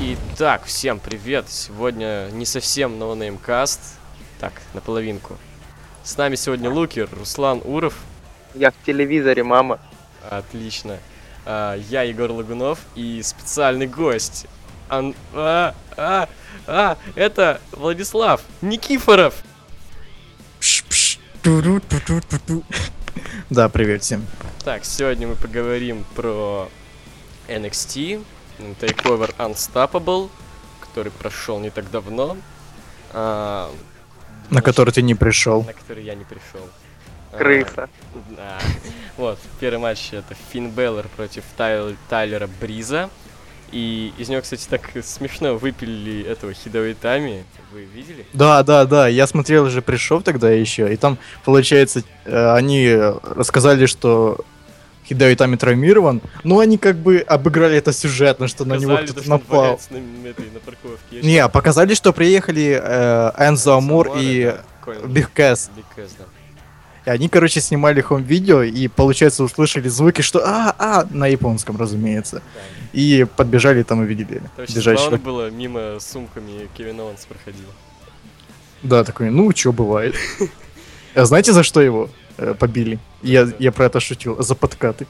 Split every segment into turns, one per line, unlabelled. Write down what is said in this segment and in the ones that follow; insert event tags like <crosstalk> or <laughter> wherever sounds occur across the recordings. Итак, всем привет! Сегодня не совсем ноунейм каст. Так, наполовинку. С нами сегодня Лукер, Руслан Уров.
Я в телевизоре, мама.
Отлично. А, я Егор Лагунов и специальный гость. Ан- а, а, а, это Владислав Никифоров.
Да, привет всем.
Так, сегодня мы поговорим про NXT, Takeover Unstoppable, который прошел не так давно. А,
На который ты не пришел.
на который я не пришел. А,
Крыса.
Да. Вот, первый матч это Финн Беллер против Тайл- Тайлера Бриза. И из него, кстати, так смешно выпили этого Хидоитами. Вы видели?
Да, да, да, я смотрел же пришел тогда еще, и там, получается, э, они рассказали, что Хидео Итами травмирован, но они как бы обыграли это сюжетно, что на него
Показали то,
кто-то
что он
напал.
валяется на, на этой- на парковке.
Не, а показали, что приехали э, Энзо Амур и Биг Кэс.
Биг Кэс, да.
И они, короче, снимали хом-видео и, получается, услышали звуки, что а-а, на японском, разумеется.
Да.
И подбежали там и видели
Там сейчас
бежащего.
забавно было, мимо сумками Кевин Оуэнс проходил.
Да, такой, ну, чё, бывает. <laughs> А знаете, за что его э, побили? Я, я про это шутил. За подкаты.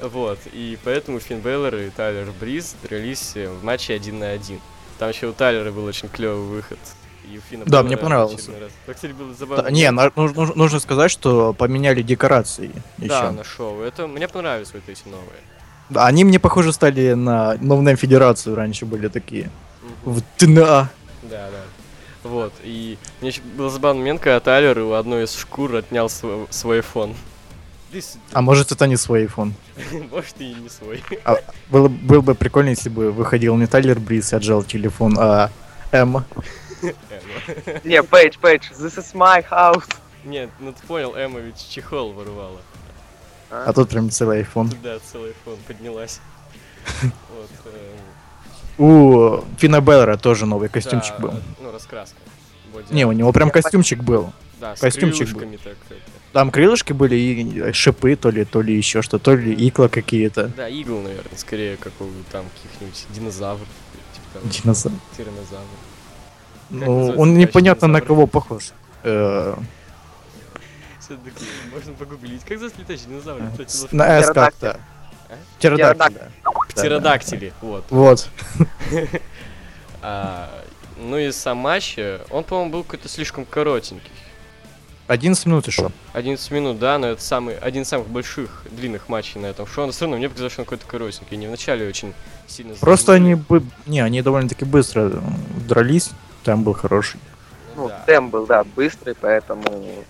Вот, и поэтому Финн Бейлор и Тайлер Бриз дрались э, в матче один на один. Там еще у Тайлера был очень клевый выход. И у Финна Бэйлора
Да, мне понравился.
очередной раз. Так, кстати, было забавно.
Да, не, на- нуж- нуж- нужно сказать, что поменяли декорации
Да,
еще.
на шоу. Это мне понравились вот эти новые.
Они мне, похоже, стали на новую Федерацию раньше были такие. В ТНА.
Да, да. Вот, и мне еще был забавный момент, когда Тайлер у одной из шкур отнял свой, свой фон. Здесь,
А может, это не свой iPhone.
<laughs> может, и не свой.
Было, было бы прикольно, если бы выходил не Тайлер Бриз и отжал телефон, а Эмма.
Не, Пейдж, Пейдж, this is my house.
Нет, ну ты понял, Эмма ведь чехол ворвала.
А тут прям целый iPhone.
Да, целый фон
<laughs>
поднялась. Вот, эм,
У Фина Беллера тоже новый костюмчик
да,
был.
э, Ну, раскраска. Боди-
Не, у него прям костюмчик был.
да, с
костюмчик был.
крылышками так. это.
Там крылышки были и шипы, то ли, то ли еще что, то ли икла какие-то.
Да, игл, наверное, скорее, как у там каких-нибудь динозавров. или Типа того,
Динозавр.
тиранозавров.
Ну,
называется
он непонятно на
динозавр?
кого похож. Э,
Всё-таки можно погуглить. Как зовут летающий динозавр?
э,
Кто это
с-
за-
На С как-то.
А?
Птеродактиль. да.
Птеродактили. Вот.
Вот.
А, ну и сам матч, э, он, по-моему, был какой-то слишком коротенький.
11 минут еще.
11 минут, да, но это самый, один из самых больших длинных матчей на этом шоу. Но все равно мне показалось, что он какой-то коротенький. Они вначале очень сильно...
Просто они...
затянули.
бы- Не, они довольно-таки быстро э, дрались. Там был хороший.
Ну,
да.
темп был, да, быстрый, поэтому...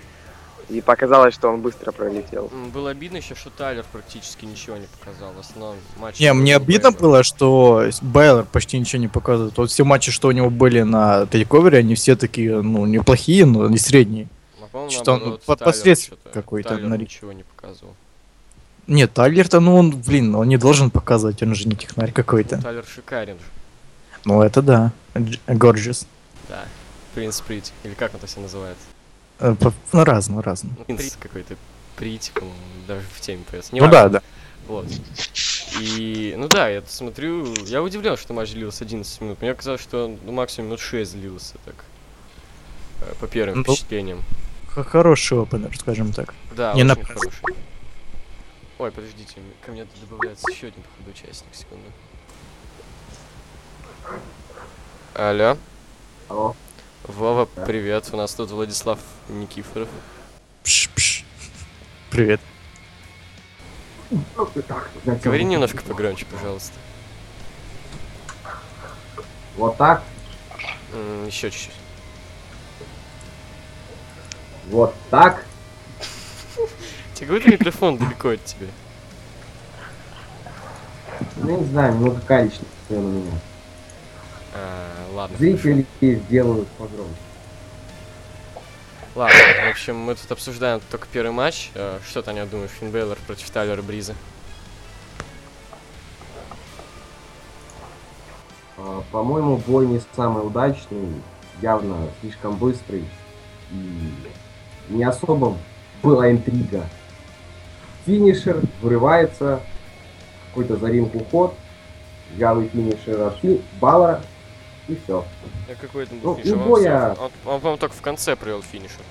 И показалось, что он быстро пролетел.
М, Было обидно еще, что Тайлер практически ничего не показал. В основном матч...
Не, мне
был
обидно
Бэйлор.
было, что Байлер почти ничего не показывает. Вот все матчи, что у него были на Тейковере, они все такие, ну, неплохие, но не средние.
Но, по-моему,
что он
наоборот,
по-
Тайлер
посредствен
что-то-
какой-то
Тайлер
на-
ничего не показывал.
Нет, Тайлер-то, ну, он, блин, он не должен показывать, он же не технарь какой-то.
Тайлер шикарен же.
Ну, это да. Дж- Горджис.
Да. Принц Прит. Или как он там себя называет?
Э, по- Ну, разно, разно.
Ну, Принц какой-то Прит, по-моему, даже в теме появился.
Ну да, да.
Вот. И, ну да, я тут смотрю, я удивлен, что матч длился 11 минут. Мне казалось, что он, ну, максимум минут 6 длился так. э, По первым
Ну.
впечатлениям.
Х- Хороший опенер, скажем так.
Да,
Не
очень
напрасно.
хороший. Ой, подождите, м- ко мне тут добавляется еще один, походу, участник, секунду. Алло,
О,
Вова, привет, у нас тут Владислав Никифоров.
Пш, пш. Привет.
Говори немножко погромче, пожалуйста.
Вот так,
еще чуть-чуть.
вот так.
Тебе какой-то микрофон далеко от тебя.
Ну, не знаю, много количества у меня.
А, ладно.
Зрители сделают погромче.
Ладно, в общем, мы тут обсуждаем только первый матч. Э, Что ты о нем думаешь, Финн Бейлор против Тайлера Бриза?
А, По-моему, бой не самый удачный, явно слишком быстрый. И не особо была интрига. Финишер врывается, какой-то за ринг уход, вялый финишер от Фи- Балора, и все.
Я какой там
Ну,
был финишер?
у
Он,
Боя-
всё- он- он, по-моему, только в конце привел финишер.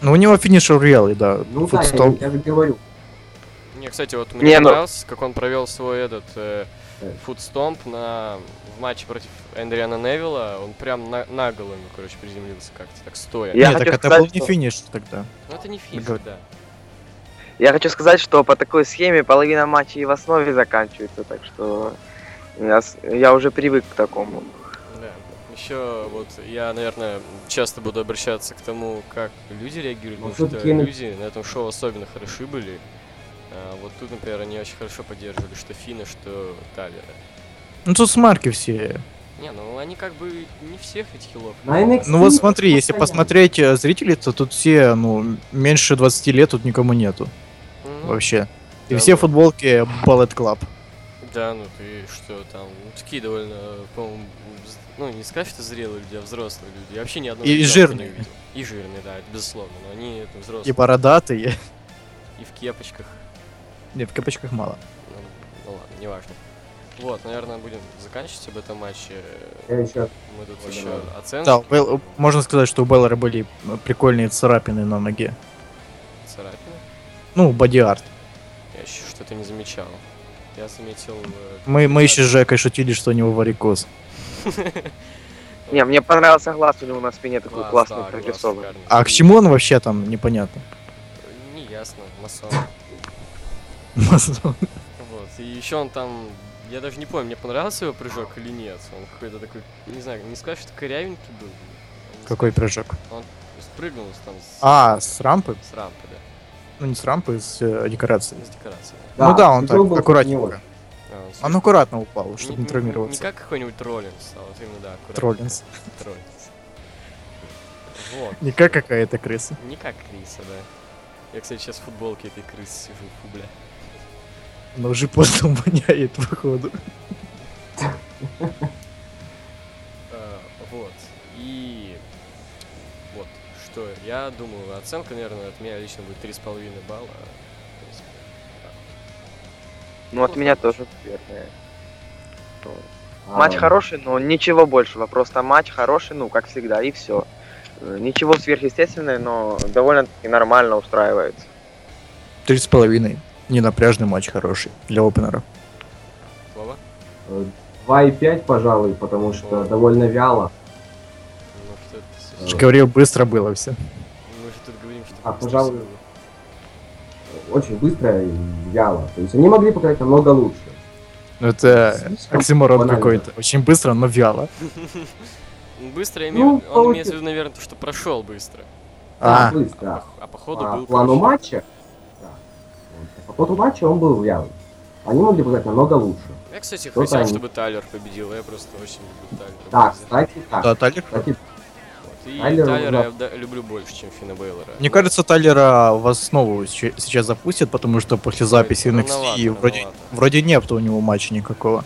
Ну, у него финишер реалый, да.
Ну да, я,
Футстоп.
я же говорю,
Не, кстати, вот
Не,
мне
ну-
понравился, как он провел свой этот э,
Э.
фудстомп на в матче против Эндриана Невилла. Он прям на, на голову, короче, приземлился как-то так стоя.
Я
Не, так
хочу
это
сказать,
был не
что-
финиш тогда.
Ну это не финишер,
Говорю.
да.
Я хочу сказать, что по такой схеме половина матчей в основе заканчивается, так что я, с- я уже привык к такому.
Да. Еще вот я, наверное, часто буду обращаться к тому, как люди реагируют,
Ну,
потому что
всё-таки мы-
люди на этом шоу особенно хороши были. А, вот тут, например, они очень хорошо поддерживали что Фина, что Талера.
Ну, тут смарки все.
Не, ну они как бы не всех ведь хилов.
на NXT...
Ну вот смотри, если
постоянно.
посмотреть э, зрителей, то тут все, ну, меньше 20 лет тут никому нету
Ну,
вообще. И
да,
все
ну.
футболки Ballet Club.
Да, ну ты что там, ну, такие довольно, э, по-моему, вз- ну не сказать, что зрелые люди, а взрослые люди. Я вообще ни одного
И
ребенка
жирные.
не видел. И жирные, да, это безусловно, но они это взрослые.
И <laughs> бородатые.
И в кепочках.
Нет, в капочках мало.
Ну, ну ладно, неважно. Вот, наверное, будем заканчивать об этом матче.
Я
Ну
еще
Мы тут
Ой,
еще
да.
оценки,
Да, у Бел- можно сказать, что у Беллера были э, прикольные царапины на ноге.
царапины.
Ну, боди-арт.
Я еще что-то не замечал. Я заметил... э,
Мы, мы
да,
еще с Жекой шутили, что у него варикоз.
Не, мне понравился глаз у него на спине такой
глаз, да,
классный
глаз
прорисованный.
шикарный.
А к чему он вообще там, непонятно. <laughs>
Не ясно, масон.
Масон.
Вот, и еще он там... Я даже не помню, мне понравился его прыжок или нет. Он какой-то такой, не знаю, не скажешь, что корявенький был. Он
Какой прыжок?
Спрыгнул с- там с,
А, с рампы?
с рампы, да,
Ну, не с рампы, с э, декорацией.
с декорации.
ну да, он так,
прыжок был не
аккуратненько.
очень.
А, он
Он аккуратно упал,
Не-
Ну, чтобы
не-
не травмироваться.
Не как какой-нибудь Троллинс, а вот именно, да, аккуратно. <laughs>
Троллинс.
Троллинс. Вот.
Не как какая-то крыса.
Не как Криса, да. Я, кстати, сейчас в футболке этой крысы сижу, фу, бля.
Она уже поздно <laughs> воняет, походу.
Э, вот. И... Вот. Что, я думаю, оценка, наверное, от меня лично будет 3,5 балла. В принципе.
Ну, от
Классно.
меня тоже, наверное.
А,
Матч хороший, но ничего большего. Просто матч хороший, ну, как всегда, и все. Ничего сверхъестественного, но довольно-таки нормально устраивается.
Три с половиной. Ненапряжный матч хороший для опенера.
Слова?
э, 2,5, пожалуй, потому что довольно вяло.
Ну, что это с-
Я же говорил, быстро было все.
Мы же тут говорим, что...
А,
быстро
пожалуй,
всё было.
Очень быстро и вяло. То есть они могли показать намного лучше.
Ну это
Слишком
оксиморон
банально.
какой-то. Очень быстро, но вяло.
Ну, Быстро я
Ну,
имею... он
получи-
имеет в виду, наверное, то, что прошел быстро.
А,
Да,
А,
быстро.
пох- а
По
походу был...
плану
хорошо.
матча, да. Вот. А по ходу матча он был вялый. Они могли показать намного лучше.
Я, кстати,
Кто
хотел,
Ну, там?
чтобы Тайлер победил. Я просто очень люблю Тайлера.
Да, кстати, так.
да, Талер.
Кстати,
Вот, И
Тайлера
Тайлера,
узнал.
я да- люблю больше, чем Фина Бейлора.
Мне кажется, Талера в основу щ- сейчас запустят, потому что после записи
Ой,
NXT
Ну, рановато,
вроде,
рановато.
вроде нету у него матча никакого.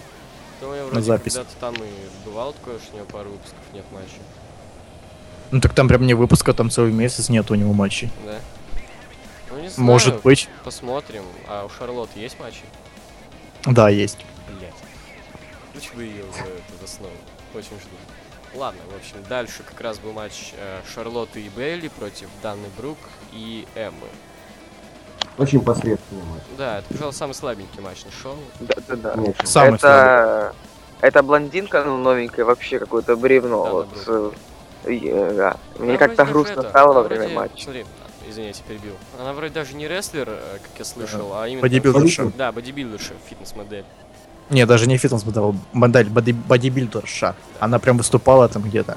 То я вроде
запись.
когда-то там и бывал такое, что у него пару выпусков нет матча.
Ну так там прям не выпуска, там целый месяц нет у него матчей.
Да? Ну не знаю,
Может быть.
посмотрим. А у Шарлотты есть матчи?
Да, есть.
Блять. Лучше бы ее за это за снова. Очень жду. Ладно, в общем, дальше как раз был матч э, Шарлотты и Бейли против Данны Брук и Эммы.
очень посредственный матч.
Да, это, пожалуй, самый слабенький матч на шоу.
Да-да-да.
Конечно.
Самый слабый.
это... это блондинка, ну, новенькая, вообще какое-то бревно.
Да,
вот,
да,
э, э, да. Мне
Она
как-то
вроде даже
грустно
это,
стало во
она
время
вроде-
матча.
Смотри, извиняйте, перебил. Она вроде даже не рестлер, э, как я слышал, а именно...
Бодибилдерша.
Да, бодибилдерша, фитнес-модель.
Не, даже не фитнес модель, модель боди- бодибилдерша. Она прям выступала там где-то.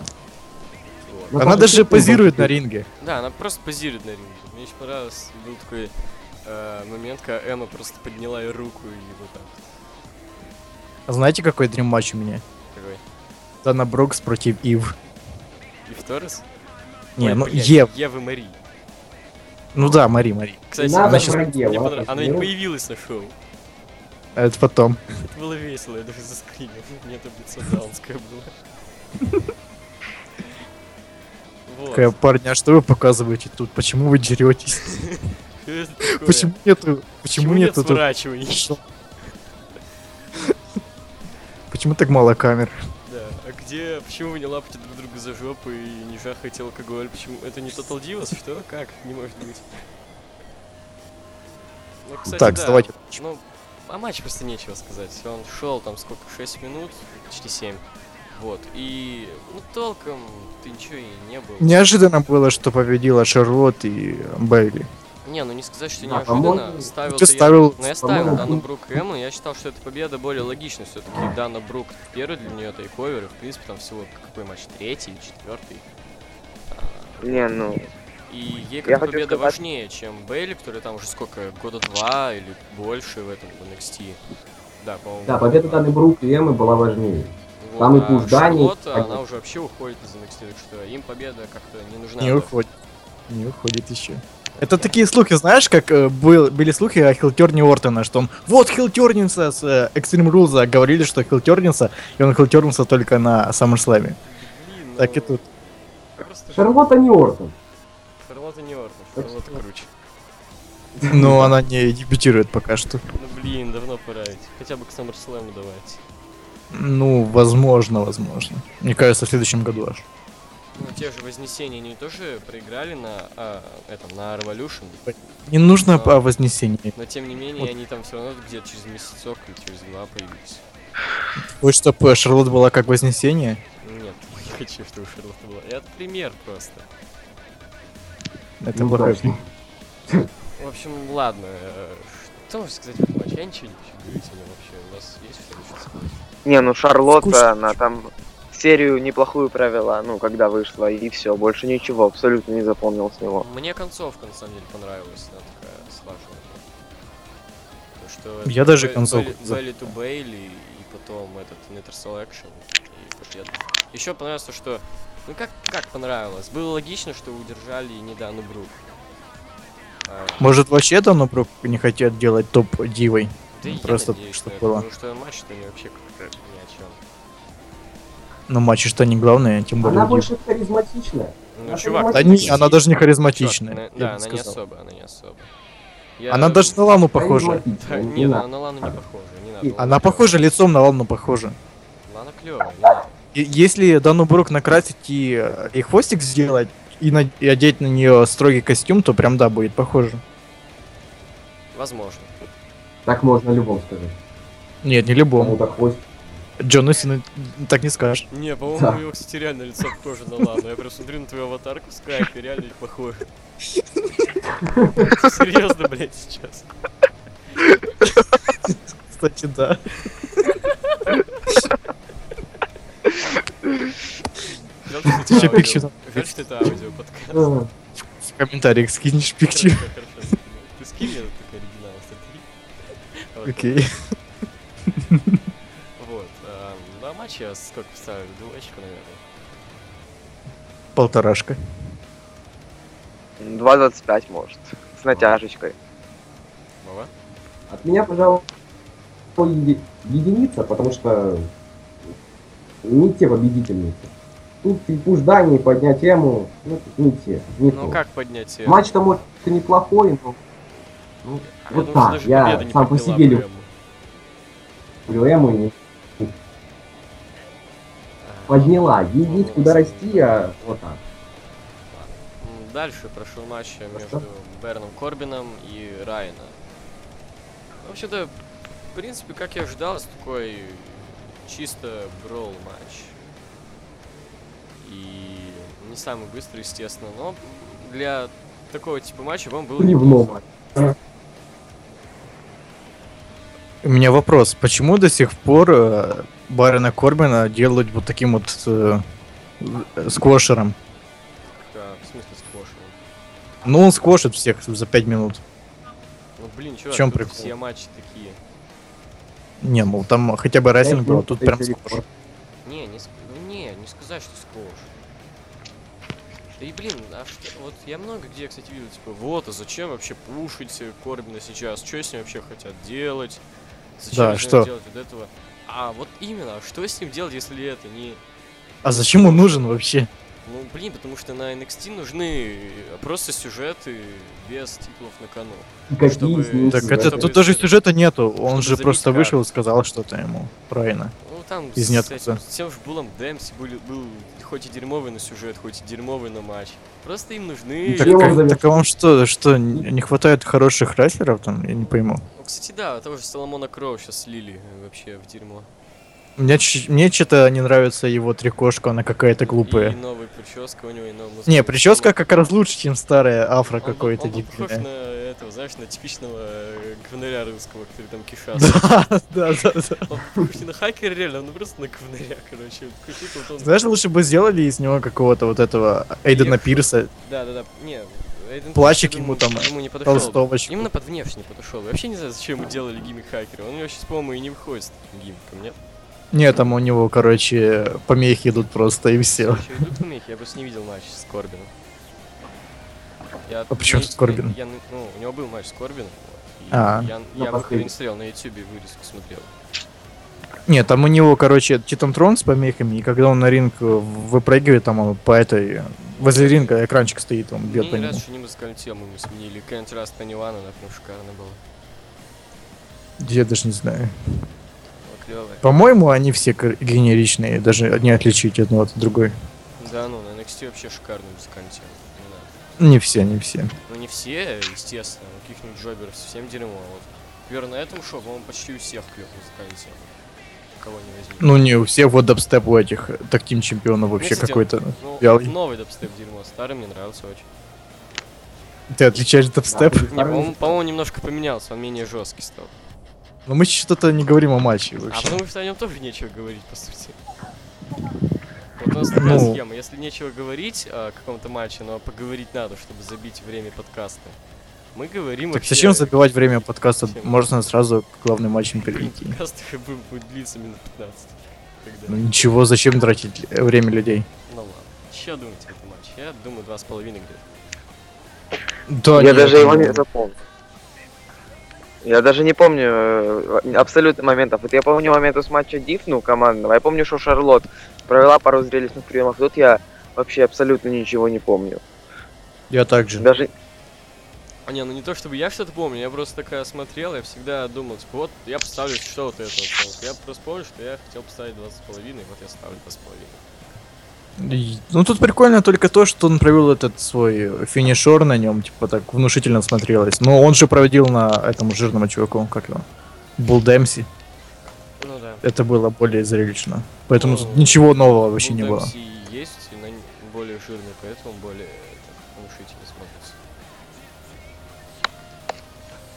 Вот.
Ну,
Она
там
даже
же
позирует
был
на ринге.
Да, она просто позирует на ринге. Мне еще понравился был такой э, момент, когда Эмма просто подняла ей руку и вот так.
А Знаете, какой дрим матч у меня?
Такой.
Дана Брукс против Ив.
И в Торрес?
Не,
Ой,
ну
блядь,
Ев.
Ева Мари.
Ну да, Мари, Мари.
Кстати,
Надо
она,
сейчас-
мне
враге, ладно,
понравилась. она ведь
смело.
появилась на шоу.
Это потом.
Это было весело, я даже заскринил. <laughs> Мне это лицо даунское было. Вот. <laughs>
Такая, парня, «А что вы показываете тут? Почему вы деретесь?
Что это такое?
Почему нету... Почему нету тут...
сворачиваний?
Что? <laughs> Почему так мало камер?
Да. А где, почему вы не лапаете друг друга за жопу и не жахаете алкоголь? Почему? Это не Total Divas? Что? Как? Не может быть. Ну, кстати,
так,
да.
давайте.
Ну, о матче просто нечего сказать. Он шел там сколько, 6 минут, почти 7. Вот. И, ну, толком ты ничего и не был.
Неожиданно было, что победила Шарлот и Бейли.
Не, ну не сказать, что
Да,
неожиданно.
по-моему,
Ставил
А, Ты
я-
ставил...
Но Ну, я ставил
по-моему,
Дану
пункт-
Брук и Эмму, я считал, что эта победа более логична все-таки. Дана Брук первый для нее тайковер, и в принципе там всего какой матч, третий или четвертый.
Не, ну,
И ей как бы
хочу
победа
сказать-
важнее, чем Бейли, который там уже сколько, года два или больше в этом в NXT. Да, по-моему.
Да, победа данной Брук и Эммы была важнее.
Вот,
там и
а
пуш Дани,
Шарлотта,
как бы.
она уже вообще уходит из NXT, так что им победа как-то не нужна.
Не уходит. Не уходит еще. Это такие слухи, знаешь, как э, был, были слухи о Хилтерне Ортона, что он вот Хилтерница с э, Extreme Rules, а говорили, что Хилтерница, и он Хилтернился только на SummerSlam.
Блин,
Так и
ну,
тут.
Просто
Шарлотта не Ортон.
Шарлотта не Ортон, Шарлотта круче.
<laughs> Но она не дебютирует пока что.
Ну блин, давно пора ведь. Хотя бы к SummerSlam давайте.
Ну, возможно, возможно. Мне кажется, в следующем году аж.
Ну, те же Вознесения, они тоже проиграли на а, этом, на Revolution,
Не нужно
Да.
о вознесении.
но тем не менее
Вот.
они там все равно где-то через месяцок или через два появились.
Хочешь, чтобы Шарлот э, была как вознесение?
Нет, <laughs> не хочу, чтобы Шарлотта была. Это пример просто.
Это
Ну,
плохой.
точно.
В общем, ладно, э, что можно сказать в этом матче? Я ничего не хочу говорить о нем вообще. У нас есть что еще сказать?
не, ну Шарлотта,
Вкусно.
она там серию неплохую провела, ну, когда вышла, и все, больше ничего, абсолютно не запомнил с него.
Мне концовка, на самом деле, понравилась. Она такая слаженная. Потому что...
Я
это
даже
Бэй-
концовку
Бэйли-
за-
Бэйли to Бейли, и потом этот Inter Selection, и победа. Еще понравилось то, что... Ну как, как понравилось? Было логично, что удержали не Дану Брук. А,
Может, вообще Дану Брук не хотят делать топ-дивой?
да и я
просто
надеюсь
чтоб
на это,
было.
Потому что матч-то не вообще как-то ни о чем.
Но матч что не главное, тем более.
Она
дива.
больше харизматичная.
Ну,
Она
чувак,
Да
харизматичная.
ты
не, она даже не
чёрт,
харизматичная.
она-
я
да,
бы
она не
сказал.
особо, она не особо. Я-
Она даже на Лану похожа.
<laughs> Да,
Харизматичная,
не, на,
надо.
на Лану не похожа, не надо.
И-
Лана
Она
клёвая.
похожа лицом на Лану похожа.
Лана клевая, не надо.
И если Дану Брук накрасить и, э, и хвостик сделать, и, на- и одеть на нее строгий костюм, то прям да, будет похоже.
Возможно.
Так можно любому сказать.
Нет, не любому.
Кому-то хвост.
Джон Усину так не скажешь.
Не,
Да.
по-моему, у него, кстати, реально лицо похоже на Лану. Я прям смотрю на твою аватарку в скайпе, реально их похоже. Серьезно, блядь, сейчас.
Кстати, да.
Жаль, что это
Ещё
аудио.
пикчу там.
Жаль, что это аудио подкаст.
Э,
В комментариях скинешь пикчу.
Хорошо, хорошо. Ты скинь мне такой оригинал, смотри. Вот.
Окей.
Вот. а, Ну, а матч я сколько поставил? Двоечку, наверное.
Полторашка.
2.25, может, с натяжечкой.
Вова?
От меня, пожалуй, еди- единица, потому что не те победительницы. Тут и пуш Дани, и поднять тему, ну, тут не те. не
Ну,
то.
как поднять ее?
Матч-то, может, и неплохой, но ну,
Я думаю,
вот
что
так,
даже
я
победа не
сам по
подняла
себе
бы
люблю.
ему.
Эму не подняла. Ездить, куда
Ну,
расти, а вот так.
М, Дальше прошел матч между Берном Корбином и Райна. Вообще-то, в принципе, как я ожидал, это такой чисто брол матч. И не самый быстрый, естественно, но для такого типа матча вам было
Бревно,
неплохо.
мать.
У меня вопрос, почему до сих пор э, Барина Корбина делают вот таким вот э, э, сквошером?
Как, в смысле с кошером.
Ну, он сквошит всех за 5 минут.
Ну блин, чувак,
чем
тут
прикол?
все матчи такие.
Не, ну там хотя бы растинг был, а тут прям
Пять минут,
сквош.
Не, не, ск- ну не, не сказать, что сквош. Да и блин, а что, вот я много где, кстати, видел, типа, вот, а зачем вообще пушить э, Корбина сейчас? Что с ним вообще хотят делать? Зачем
Да,
с ним
что?
делать вот этого? А вот именно, а что с ним делать, если это не...
А зачем он нужен вообще?
Ну, блин, потому что на NXT нужны просто сюжеты без титулов на кону.
И какие
Чтобы-
из них,
Так
Да,
это
чтобы-
тут даже сюжета нету, он
чтобы
же просто
забить
вышел и сказал что-то ему. Правильно.
Ну, там
Из
с
ниоткуда.
этим- с тем же Булом Дэмси были, был хоть и дерьмовый на сюжет, хоть и дерьмовый на матч. Просто им нужны...
Так,
его
как-
завез.
так а вам что, что, не не хватает хороших рестлеров там? Я не пойму.
Ну, кстати, да, того же Соломона Кроу сейчас слили э, вообще в дерьмо.
Мне, ч- мне что-то не нравится его трикошка, она какая-то
И
глупая.
новая прическа у него, и новая
Не,
музыка.
прическа как раз лучше, чем старая афро
Он был-
какой-то
он был похож
<laughs> дебильная.
на этого, знаешь, на типичного э, говнаря русского, который там кишат.
Да, да, да, да.
Он похож не на хакера реально, он просто на говнаря, короче. Вот какой-то вот он-
Знаешь, лучше бы сделали из него какого-то вот этого Эйдена
Эх.
Пирса,
Да, да, да. Не, Эйден
Плащик
Пирс,
ему
думаю,
там,
ему не подошел.
толстовочку.
Именно под внешний подошел. Я вообще не знаю, зачем ему делали гиммик хакера. Он вообще, по-моему, и не выходит с таким гиммиком, нет?
Не, там у него, короче, помехи идут просто и все.
Вообще идут помехи? Я просто не видел матч с Корбином. Я,
А почему
я-
с Корбином?
я- я- ну, у него был матч с Корбином. вот, и
А.
Я,
Ну,
я
последний.
не смотрел, на ютюбе вырезку смотрел.
Не, там у него, короче, Титантрон с помехами, и когда он на ринг э, выпрыгивает, там он по этой... Возле ринга экранчик стоит, он бьет по
Мне не
нему.
раз, что не музыкальную тему мы сменили. Какая-нибудь раз на Нилана, она прям шикарно была.
Я даже не знаю.
Была клевая.
По-моему, они все кор- генеричные, даже не отличить одну от другой.
Да ну, на NXT вообще шикарная музыкальная тема. Не надо.
Не все, не все.
Ну не все, естественно, у каких-нибудь джоберов совсем дерьмо. а Вот. Например, на этом шоу, по-моему, почти у всех клевая музыкальная тема. Кого не возьми.
Ну не, у всех вот дабстеп у этих тактим чемпионов
Мне,
вообще
кстати,
какой-то.
ну,
вялый.
новый дабстеп дерьмо, старый мне нравился очень.
Ты отличаешь дабстеп?
Да.
Не, А, по-моему, по-моему, немножко поменялся, он менее жесткий стал.
Но мы что-то не говорим о матче
А
вообще.
потому что о нем тоже нечего говорить, по сути. Вот у нас такая
Ну.
схема. Если нечего говорить а, о каком-то матче, но поговорить надо, чтобы забить время подкаста. Мы говорим
Так
вообще...
зачем забивать время подкаста?
Вообще.
Можно сразу к главным матчам перейти.
<laughs> Подкаст <laughs> будет, будет длиться минут 15. Когда-
Ну
Ну,
ничего, зачем тратить э, время людей?
ладно. Что думаете о этом матче? Я думаю, два с половиной где-то.
Да,
Я
нет,
даже его
ну,
не запомнил. Я даже не помню э, абсолютно моментов. Вот я помню моменты с матча Диф, ну, командного. Я помню, что Шарлот провела пару зрелищных приемов. Тут я вообще абсолютно ничего не помню.
Я также.
Даже
А не, ну не то чтобы я что-то помню, я просто такая смотрел, я всегда думал, типа, вот я поставлю что вот это вот. что вот. Я просто помню, что я хотел поставить два с половиной, вот я ставлю два с половиной.
И- Ну тут прикольно только то, что он провел этот свой финишер на нем, типа так внушительно смотрелось. Но он же проводил на этом жирному чуваку, как его? Бул Дэмси.
Ну да.
Это было более зрелищно. Поэтому тут
Ну,
ничего нового вообще
Ну,
не
там
было.
все и есть, и на н- более жирный, поэтому более э, так, внушительно смотрится.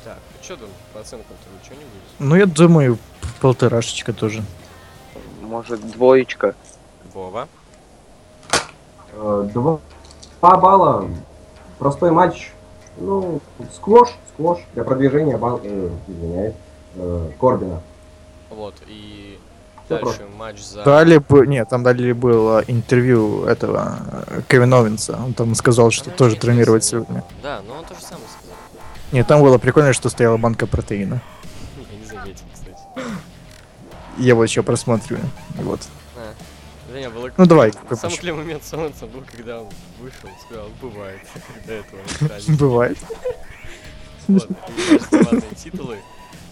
Так, ну что там по оценкам-то вы что не будете?
Ну я думаю, полторашечка тоже.
может, двоечка.
Вова.
Э, Два два балла. Простой матч. Ну, сквош, сквош для продвижения бан... э, извиняюсь, э, Корбина.
Вот, и
Всё
дальше матч за...
Дали бы, нет, там дали было интервью этого э, Кевина Овенса. Он там сказал, что
Она
тоже
не
тренировать
интересна мне.
сегодня.
Да, но он тоже самое сказал. <laughs>
Нет, там было прикольно, что стояла банка протеина.
Я не заметил, кстати.
Я вот еще просматриваю. Вот.
А, да не, было... <laughs>
Ну давай, какой
Самый
матч?
клевый момент солнца был, когда он вышел, сказал, бывает, <laughs> когда этого
<laughs>
не станет».
Бывает.
Вот, и бесплатные титулы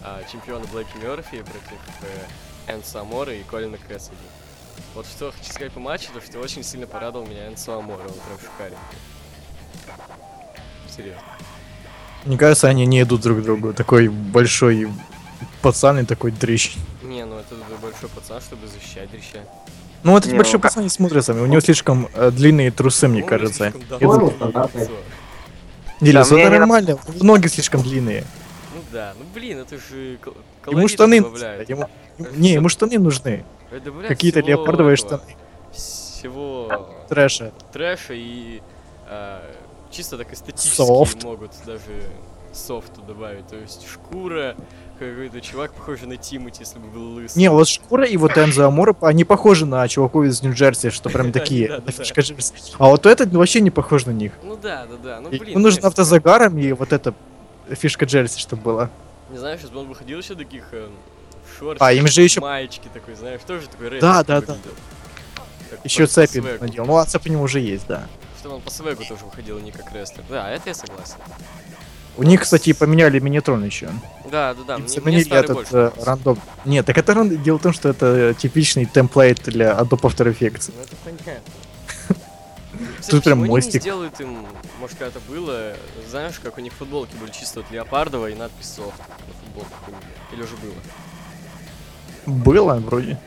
а, чемпиона Блэки Мерфи против э, Энсо Амора и Колина Кэссиди. Вот что хочу сказать по матчу, то что очень сильно порадовал меня Энсо Амора, он прям шикаренький. Серьезно.
Мне кажется, они не идут друг к другу. Такой большой пацан и такой дрищ.
Не, ну это большой пацан, чтобы защищать дрища.
Ну, этот
Не,
большой
ну,
пацан не смотрится. У него слишком э, длинные трусы, мне
Ну,
кажется.
слишком
Я
давно
думаю,
было
стандартное.
лицо.
Или
Да,
всё
мне
это
не нрав-
нормально. Ноги слишком длинные.
Ну да, ну блин, это же кол-
Ему
колорита
штаны...
добавляет.
ему- Не, ему штаны нужны.
Это добавляет
Какие-то
всего
леопардовые
этого,
штаны.
Всего
Трэша.
трэша и э, чисто так эстетически
Софт.
могут даже софту добавить. То есть шкура, какой-то чувак, похожий на Тимати, если бы был лысый.
Не, вот Шкура и вот Энзо Амора, они похожи на чуваков из Нью-Джерси, что
<laughs>
прям такие.
Да-да-да.
нафишка джерси. А вот этот вообще не похож на них.
Ну да, да, да. Ну
И
блин.
Ему нужен
конечно.
автозагаром и вот эта фишка Джерси, чтобы была.
Не знаю, сейчас бы он выходил еще таких э, в шортах,
А, им же еще
маечки такой, знаешь, тоже такой рэп.
Да, да, да. еще цепи надел. Ну, а цепь у него уже есть, да.
Чтобы он по свегу тоже выходил, а не как рестлер. Да, это я согласен.
У них, кстати, поменяли минитрон еще.
Да, да, да.
Им
Мне, мне
заменили
старый
этот
больше
э,
нравится.
рандом. Нет, так это ран- дело в том, что это типичный темплейт для Adobe After Effects.
Ну это понятно. Кстати,
Тут прям
почему они не
мостик.
сделают им, может, когда-то было, знаешь, как у них футболки были чисто от леопардова и надпись «Софт» на футболках у них. Или уже было?
Было вроде.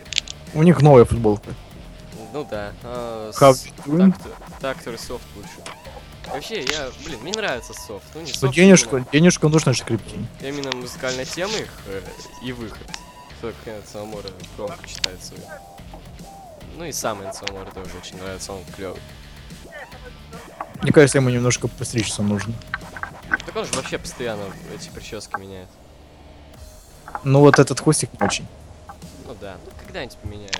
У них новая футболка.
Ну да. а, с-
Have you
тактор- Тактор и софт лучше. Вообще, я, блин, мне нравится софт. Ну, не
Ну,
софт,
денежку, денежку нужно скрипки.
а именно музыкальная тема их э, и выход. Только Самора громко читает свою. Ну и сам Самора тоже очень нравится, он клевый.
Мне кажется, ему немножко постричься нужно.
Так он же вообще постоянно эти прически меняет.
Ну вот этот хвостик не очень.
Ну да, ну когда-нибудь поменяет.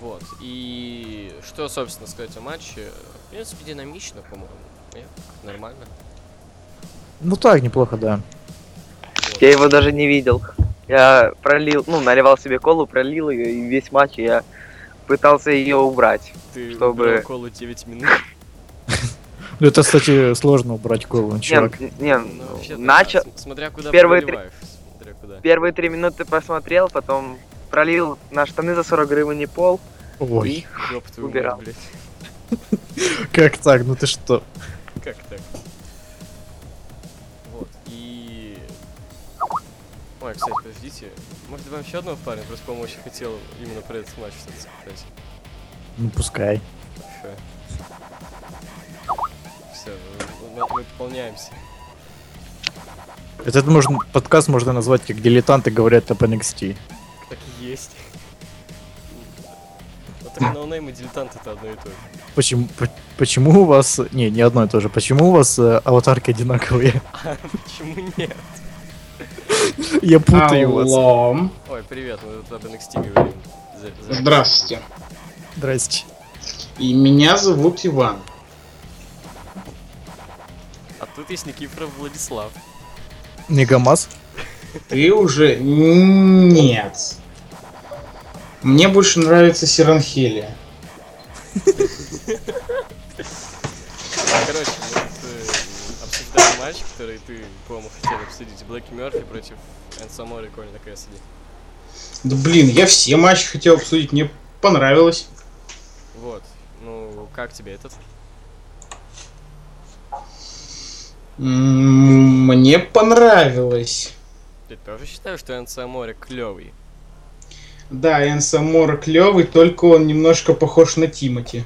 Вот, и что, собственно, сказать о матче? В принципе, динамично, по-моему. Нет, нормально.
Ну так, неплохо, да.
Вот.
Я его даже не видел. Я пролил, ну, наливал себе колу, пролил ее, и весь матч я пытался ее убрать.
Ты
чтобы-
убрал колу 9
<laughs>
минут.
Ну это, кстати, сложно убрать колу, чувак.
Не, не,
Ну, вообще-то, да,
начал,
см- Смотря куда
первые три-
проливаешь. Смотря куда.
первые три минуты посмотрел, потом пролил на штаны за 40 гривен не пол.
Ой,
Ёб твою мать,
убирал.
блядь.
как так? Ну ты что?
Как так? Вот, и... Ой, кстати, подождите. Может, вам еще одного парня? Просто, по-моему, очень хотел именно про этот матч что-то сказать.
Ну пускай.
Все, мы, ну, мы пополняемся.
Этот можно, подкаст можно назвать как «Дилетанты говорят об NXT».
Так и есть. Вот так ноунейм и дилетант это одно и то же.
Почему, по- почему у вас... Не, не одно и то же. Почему у вас э, аватарки одинаковые? <laughs>
Почему нет?
Я
А,
путаю вас.
Алло.
Ой, привет, мы тут об NXT говорим. За- за-
Здравствуйте.
Здрасте.
И меня зовут Иван.
А тут есть Никифоров Владислав.
Мегамаз?
Ты уже... Нет. Мне больше нравится Сиранхелия.
Короче, мы тут э, обсуждаем матч, который ты, по-моему, хотел обсудить. Блэки Мерфи против Энсамора и Колина Кэссиди.
Да блин, я все матчи хотел обсудить, мне понравилось.
Вот. Ну, как тебе этот?
М, М-м, Мне понравилось.
Ты тоже считаешь, что Энсамора клевый?
Да, Энса Мора клевый, только он немножко похож на Тимати.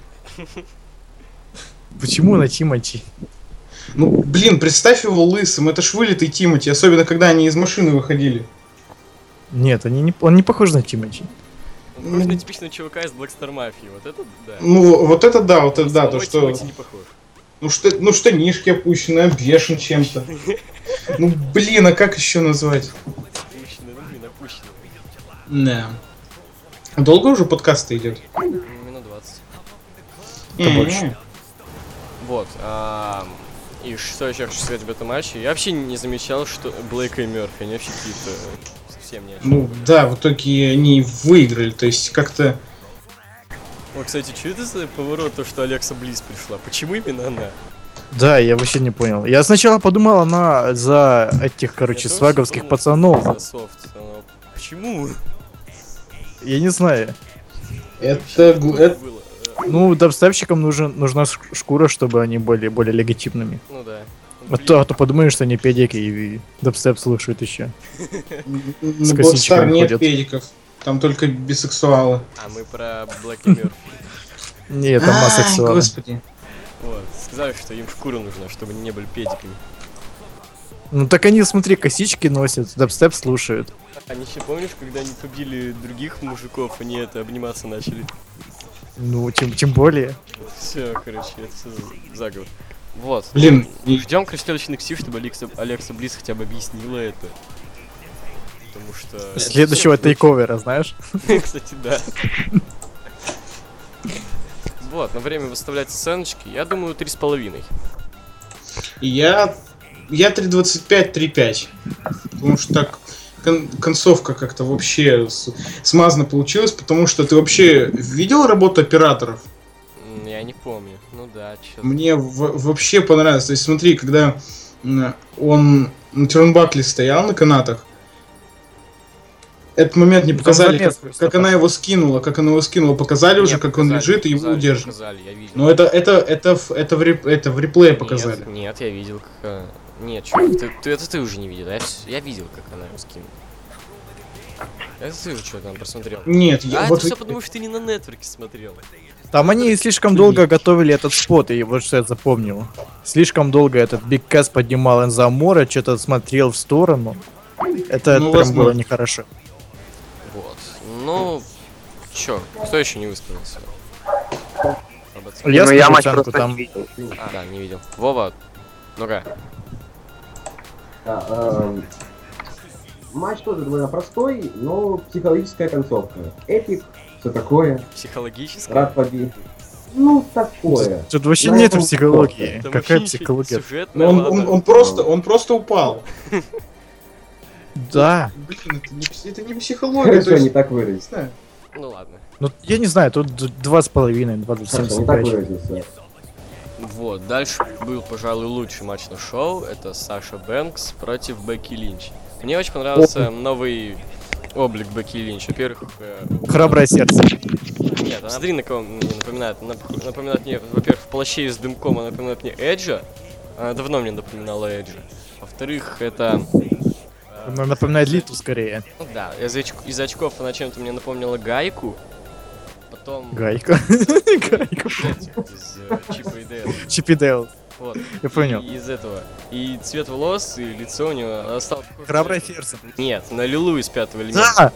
Почему на Тимати?
Ну, блин, представь его лысым, это ж вылитый Тимати, особенно когда они из машины выходили.
Нет, они не, он не похож на Тимати.
Он похож на
М.
типичного чувака из Блэкстар Мафии. Вот это да.
Ну, вот это да, вот это
Он
да,
самого
то что...
Тимати не похож.
Ну, что, ну штанишки опущены, обвешен чем-то. Ну, блин, а как еще назвать?
Опущенный, ну, блин, опущенный.
Да. Долго уже подкаст идет?
М, Минут 20.
Да больше.
Вот. ам, И что еще хочу сказать об этом матче? Я вообще не замечал, что Блэк и Мерфи, они вообще какие-то э, совсем не о чем.
Ну да, в итоге они выиграли, то есть как-то...
О, кстати, что это за поворот, то, что Алекса Близ пришла? Почему именно она?
Да, я вообще не понял. Я сначала подумал, она за этих, короче,
Я тоже
сваговских
думал,
пацанов.
за софт, но Почему?
Я не знаю.
Это... гл- это-
Было, э,
Ну, дабстепщикам нужен, нужна шк- шкура, чтобы они были более легитимными.
Ну да.
А
Блин,
то, а то подумаешь, что они педики и дабстеп слушают еще.
На
косичками
Блэкстар нет
ходят.
педиков, там только бисексуалы.
А мы про Black Mirror.
Не, это масса
Ай,
сексуала.
А, Господи.
Вот. Сказали, что им шкура нужна, чтобы они не были педиками.
Ну так они, смотри, косички носят, дабстеп слушают.
Они еще помнишь, когда они побили других мужиков, они это обниматься начали.
Ну, тем, тем более.
Все, короче, это всё за- заговор. Вот.
Блин, и-
Ждем, короче, следующий NXT, чтобы Алекса, Алекса Близ хотя бы объяснила это. Потому что...
Следующего тейковера, знаешь?
<laughs> Кстати, да. Вот, на время выставлять оценочки, я думаю, три с половиной.
я... Я 3.25-3.5. Потому что так кон- концовка как-то вообще с- смазно получилась, потому что ты вообще видел работу операторов?
я не помню. Ну да, чё.
Мне в- вообще понравилось. То есть смотри, когда м, он на Тернбакле стоял на канатах, этот момент не
Ну, там
показали,
замес
как,
просто
как она
пошёл.
его скинула, как она его скинула, показали
Не,
уже, как он
показали,
лежит и его
показали,
удержит.
показали, я видел.
Но это, это, это, в- это, в, реп- это в реплее показали.
Нет, нет, я видел, как она... Нет, чувак, ты, ты- это ты уже не видел. Я, вс- я видел, как она его скинула. Это ты уже что там просмотрел.
Нет,
а
я,
это
вот
все потому, что ты не на нетворке смотрел.
Там они слишком долго готовили этот спот, и вот что я запомнил. Слишком долго этот Биг Кэс поднимал Энзамора, что-то смотрел в сторону. Это прям
Ну,
было
возможно.
нехорошо.
Вот. Ну, чё, кто еще не высказался? Об оценке.
Я
Ну,
скажу
матч
оценку,
просто
там-
не видел.
А, да, не видел. Вова, ну-ка.
Да, эм, матч тоже довольно простой, но психологическая концовка. Эпик, все такое,
Психологическое?
рад победить. Ну, такое.
Тут вообще
Ну,
нет
ну,
психологии.
Там
Какая
вообще
психология?
сюжетная,
Но Ну, он,
Ну ладно.
он, он просто, он просто упал.
Да.
Блин, это не, пс- это не психология, Ну,
<laughs>
то
Хорошо, не
есть,
так
не
выразился.
знаю.
Ну ладно.
Ну, я не знаю, тут д- два с половиной, два
Хорошо, не так
семь
выразился.
Вот, дальше был, пожалуй, лучший матч на шоу. Это Саша Бэнкс против Бекки Линч. Мне очень понравился новый облик Бекки Линч. Во-первых, э,
Храброе сердце.
нет, она смотри, на кого мне напоминает. Нап- Напоминает мне, во-первых, в плаще из дымком она напоминает мне Эджа. Она давно мне напоминала Эджа. Во-вторых, это... э,
Она напоминает Литу скорее.
ну да, из, оч- из очков она чем-то мне напомнила Гайку. Потом...
<laughs> Гайка. Гайка.
Этих, из э, Чипа и Дейла.
Чипи Дейл.
Вот.
Я понял.
И из этого. И цвет волос, и лицо у него осталось...
Храброе сердце.
Нет, на Лилу из пятого элемента.
Да!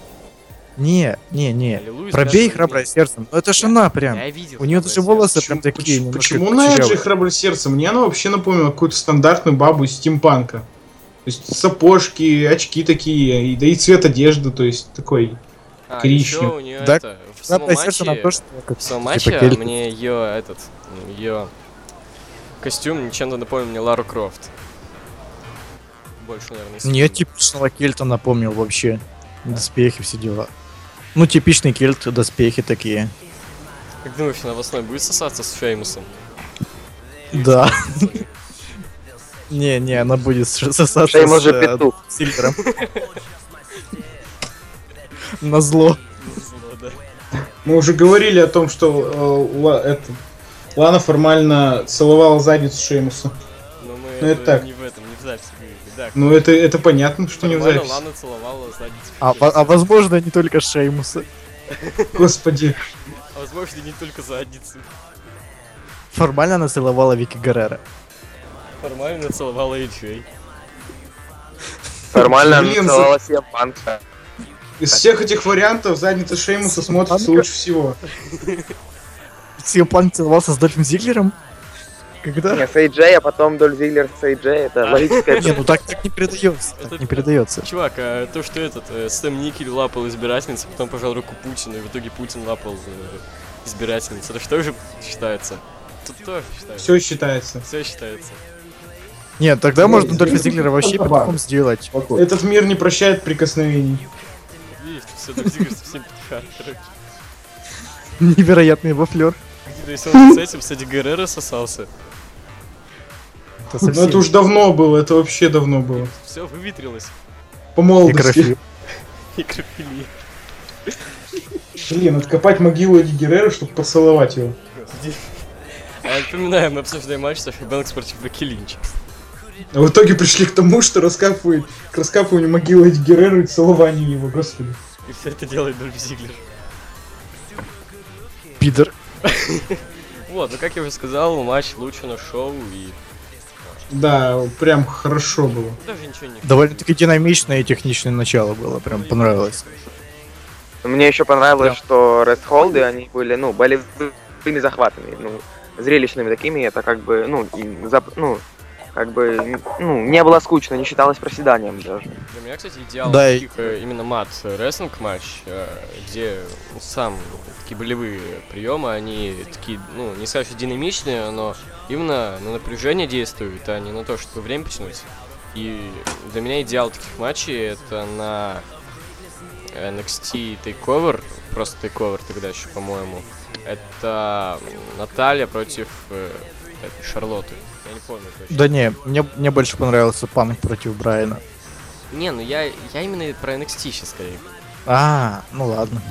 Не, не, не.
Лилу из
Пробей
пятого
храброе
элемента.
сердце. Ну это ж она прям.
Я видел.
У нее
храброе
даже волосы
Почему-
прям такие.
поч-
немножко
Почему она
кучерявые.
Эджи храброе сердце? Мне она вообще напомнила какую-то стандартную бабу из стимпанка. То есть сапожки, очки такие, и, да и цвет одежды, то есть такой.
сердце. А,
коричневый.
еще у нее
Да,
это... В самом
Храброе сердце нам
матче...
тоже как-
В самом
типа
матче
Кельт.
мне ее этот... Ее костюм чем-то напомнил мне Лару Крофт. Больше, наверное, не
Мне
вспомню.
типичного кельта напомнил вообще. Доспехи, все дела. Ну, типичный кельт, доспехи такие.
Как думаешь, новостной будет сосаться с Феймусом?
Да. Не, не, она будет с- сосаться
Шейм уже
э,
петух.
Сильвером. На зло.
Ну
Мы уже говорили о том, что э, Ла- это, Лана формально целовала задницу Шеймуса.
Но мы
Ну, это
это
так.
не в этом, не в записи говорили. Да,
Ну это, это понятно, что не в
Нормально,
записи. <laughs>
Лана целовала задницу.
А, во- а возможно, не только Шеймуса.
Господи.
А возможно, не только задницу.
Формально она целовала Вики Гаррера.
Формально целовала Эйджей.
Формально
Блин,
она целовала себе панка.
Из всех этих вариантов задница Шеймуса смотрится
Панка?
лучше всего.
Сил Панк целовался с Дольфом Зиглером? Когда?
Не, с AJ, а потом Дольф Зиглер с AJ, это логическая
Не, ну так, так не передается.
Это
Так не передается.
Чувак, а то, что этот э, Сэм Никель лапал избирательницу, потом пожал руку Путину, и в итоге Путин лапал э, избирательницу. Это что же считается? Тут тоже считается.
Все считается.
Все считается.
Нет, тогда
Ой,
можно Дольфа
извините,
Зиглера вообще
Панк
потом
Бар.
сделать.
Спокойно.
Этот мир не прощает прикосновений.
Видишь, все так Зигер совсем петуха, короче.
Невероятный вофлер.
Ну, Если он с этим, кстати, Геррера сосался,
Это
Но
совсем
Ну, это уж давно было, это вообще давно было.
все выветрилось.
По молодости.
некрофил.
Некрофилия.
Блин, откопать могилу Эдди Геррера, чтобы поцеловать его.
Господи. А, напоминаю, мы обсуждаем матч Саша Бэнкс против Бекки Линч.
А в итоге пришли к тому, что раскапывают, к раскапыванию могилы Эдди Геррера и целованию его, господи.
И все это делает Дольф Зиглер.
Пидор.
Вот, ну как я уже сказал, матч лучше на шоу и
Да, прям хорошо было.
даже ничего не...
Довольно-таки динамичное и техничное начало было, прям понравилось.
Мне еще понравилось,
Да.
что рестхолды, они были, ну, болевыми захватами, ну, зрелищными такими, это как бы, ну, и зап- ну, как бы, ну, не было скучно, не считалось проседанием даже.
Для меня, кстати, идеал
Да, и-
таких, э, именно мат рестлинг матч, э, где сам такие болевые приемы, они такие, ну, не сказать, что динамичные, но именно на напряжение действуют, а не на то, чтобы время потянуть. И для меня идеал таких матчей это на NXT Takeover, просто Takeover тогда еще, по-моему, Это Наталья против э, этой Шарлотты. Я не помню точно.
Да не, мне, мне больше понравился панк против Брайана.
Не, ну я, я именно про NXT сейчас скорее.
А, ну ладно.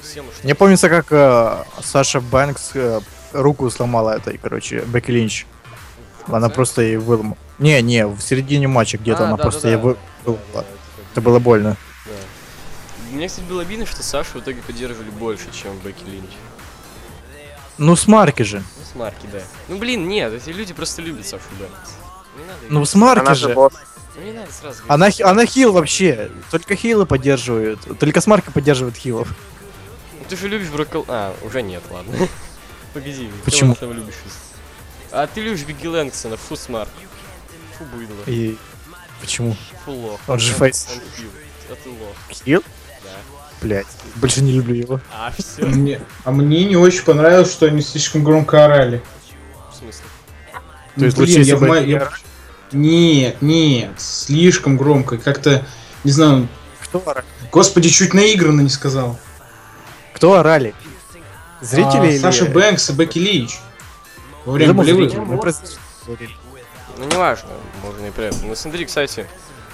Совсем уж
Мне помнится, как э, Саша Бэнкс э, руку сломала этой, короче, Бекки Линч. Она просто ей выломала. Не, не, в середине матча где-то
А,
она
да,
просто
да,
ей
да.
вы-
Да,
выломала.
да, это как бы-
Это было больно.
да. Мне, кстати, было обидно, что Сашу в итоге поддерживали больше, чем Бекки Линч.
Ну, с Марки же.
Ну, с Марки, да. Ну, блин, нет, эти люди просто любят Сашу Бэнкс. Не надо её-
Ну, с Марки
Она
же.
же босс.
Ну, не надо сразу говорить.
Она, хи- она хил вообще. Только хилы поддерживают. Только с Марки поддерживают хилов.
Ну, Ты же любишь Брокол... А, уже нет, ладно. <laughs> Погоди, кого
Почему?
ты там любишь? из- А ты любишь Бигги Лэнгсона, фу смарт. Фу быдло,
И почему?
фу лох.
Он же фейс.
Он пил, а ты лох,
Хил?
да.
Блять. Больше не люблю его.
А, все,
Мне- а мне не очень понравилось, что они слишком громко орали.
в смысле?
То есть
Ну,
лучше,
блин,
если
я в
бы
ма-
они
я- Нет, нет, слишком громко. Как-то, не знаю,
Кто, ора-
господи, чуть наигранно не сказал.
Кто орали?
А,
Зрители или...
Саша Бэнкс и Бекки Линч. Во
Я
время
думал,
болевых.
зрители. Мы просто-
Ну, не важно, можно и при этом. Но смотри, кстати,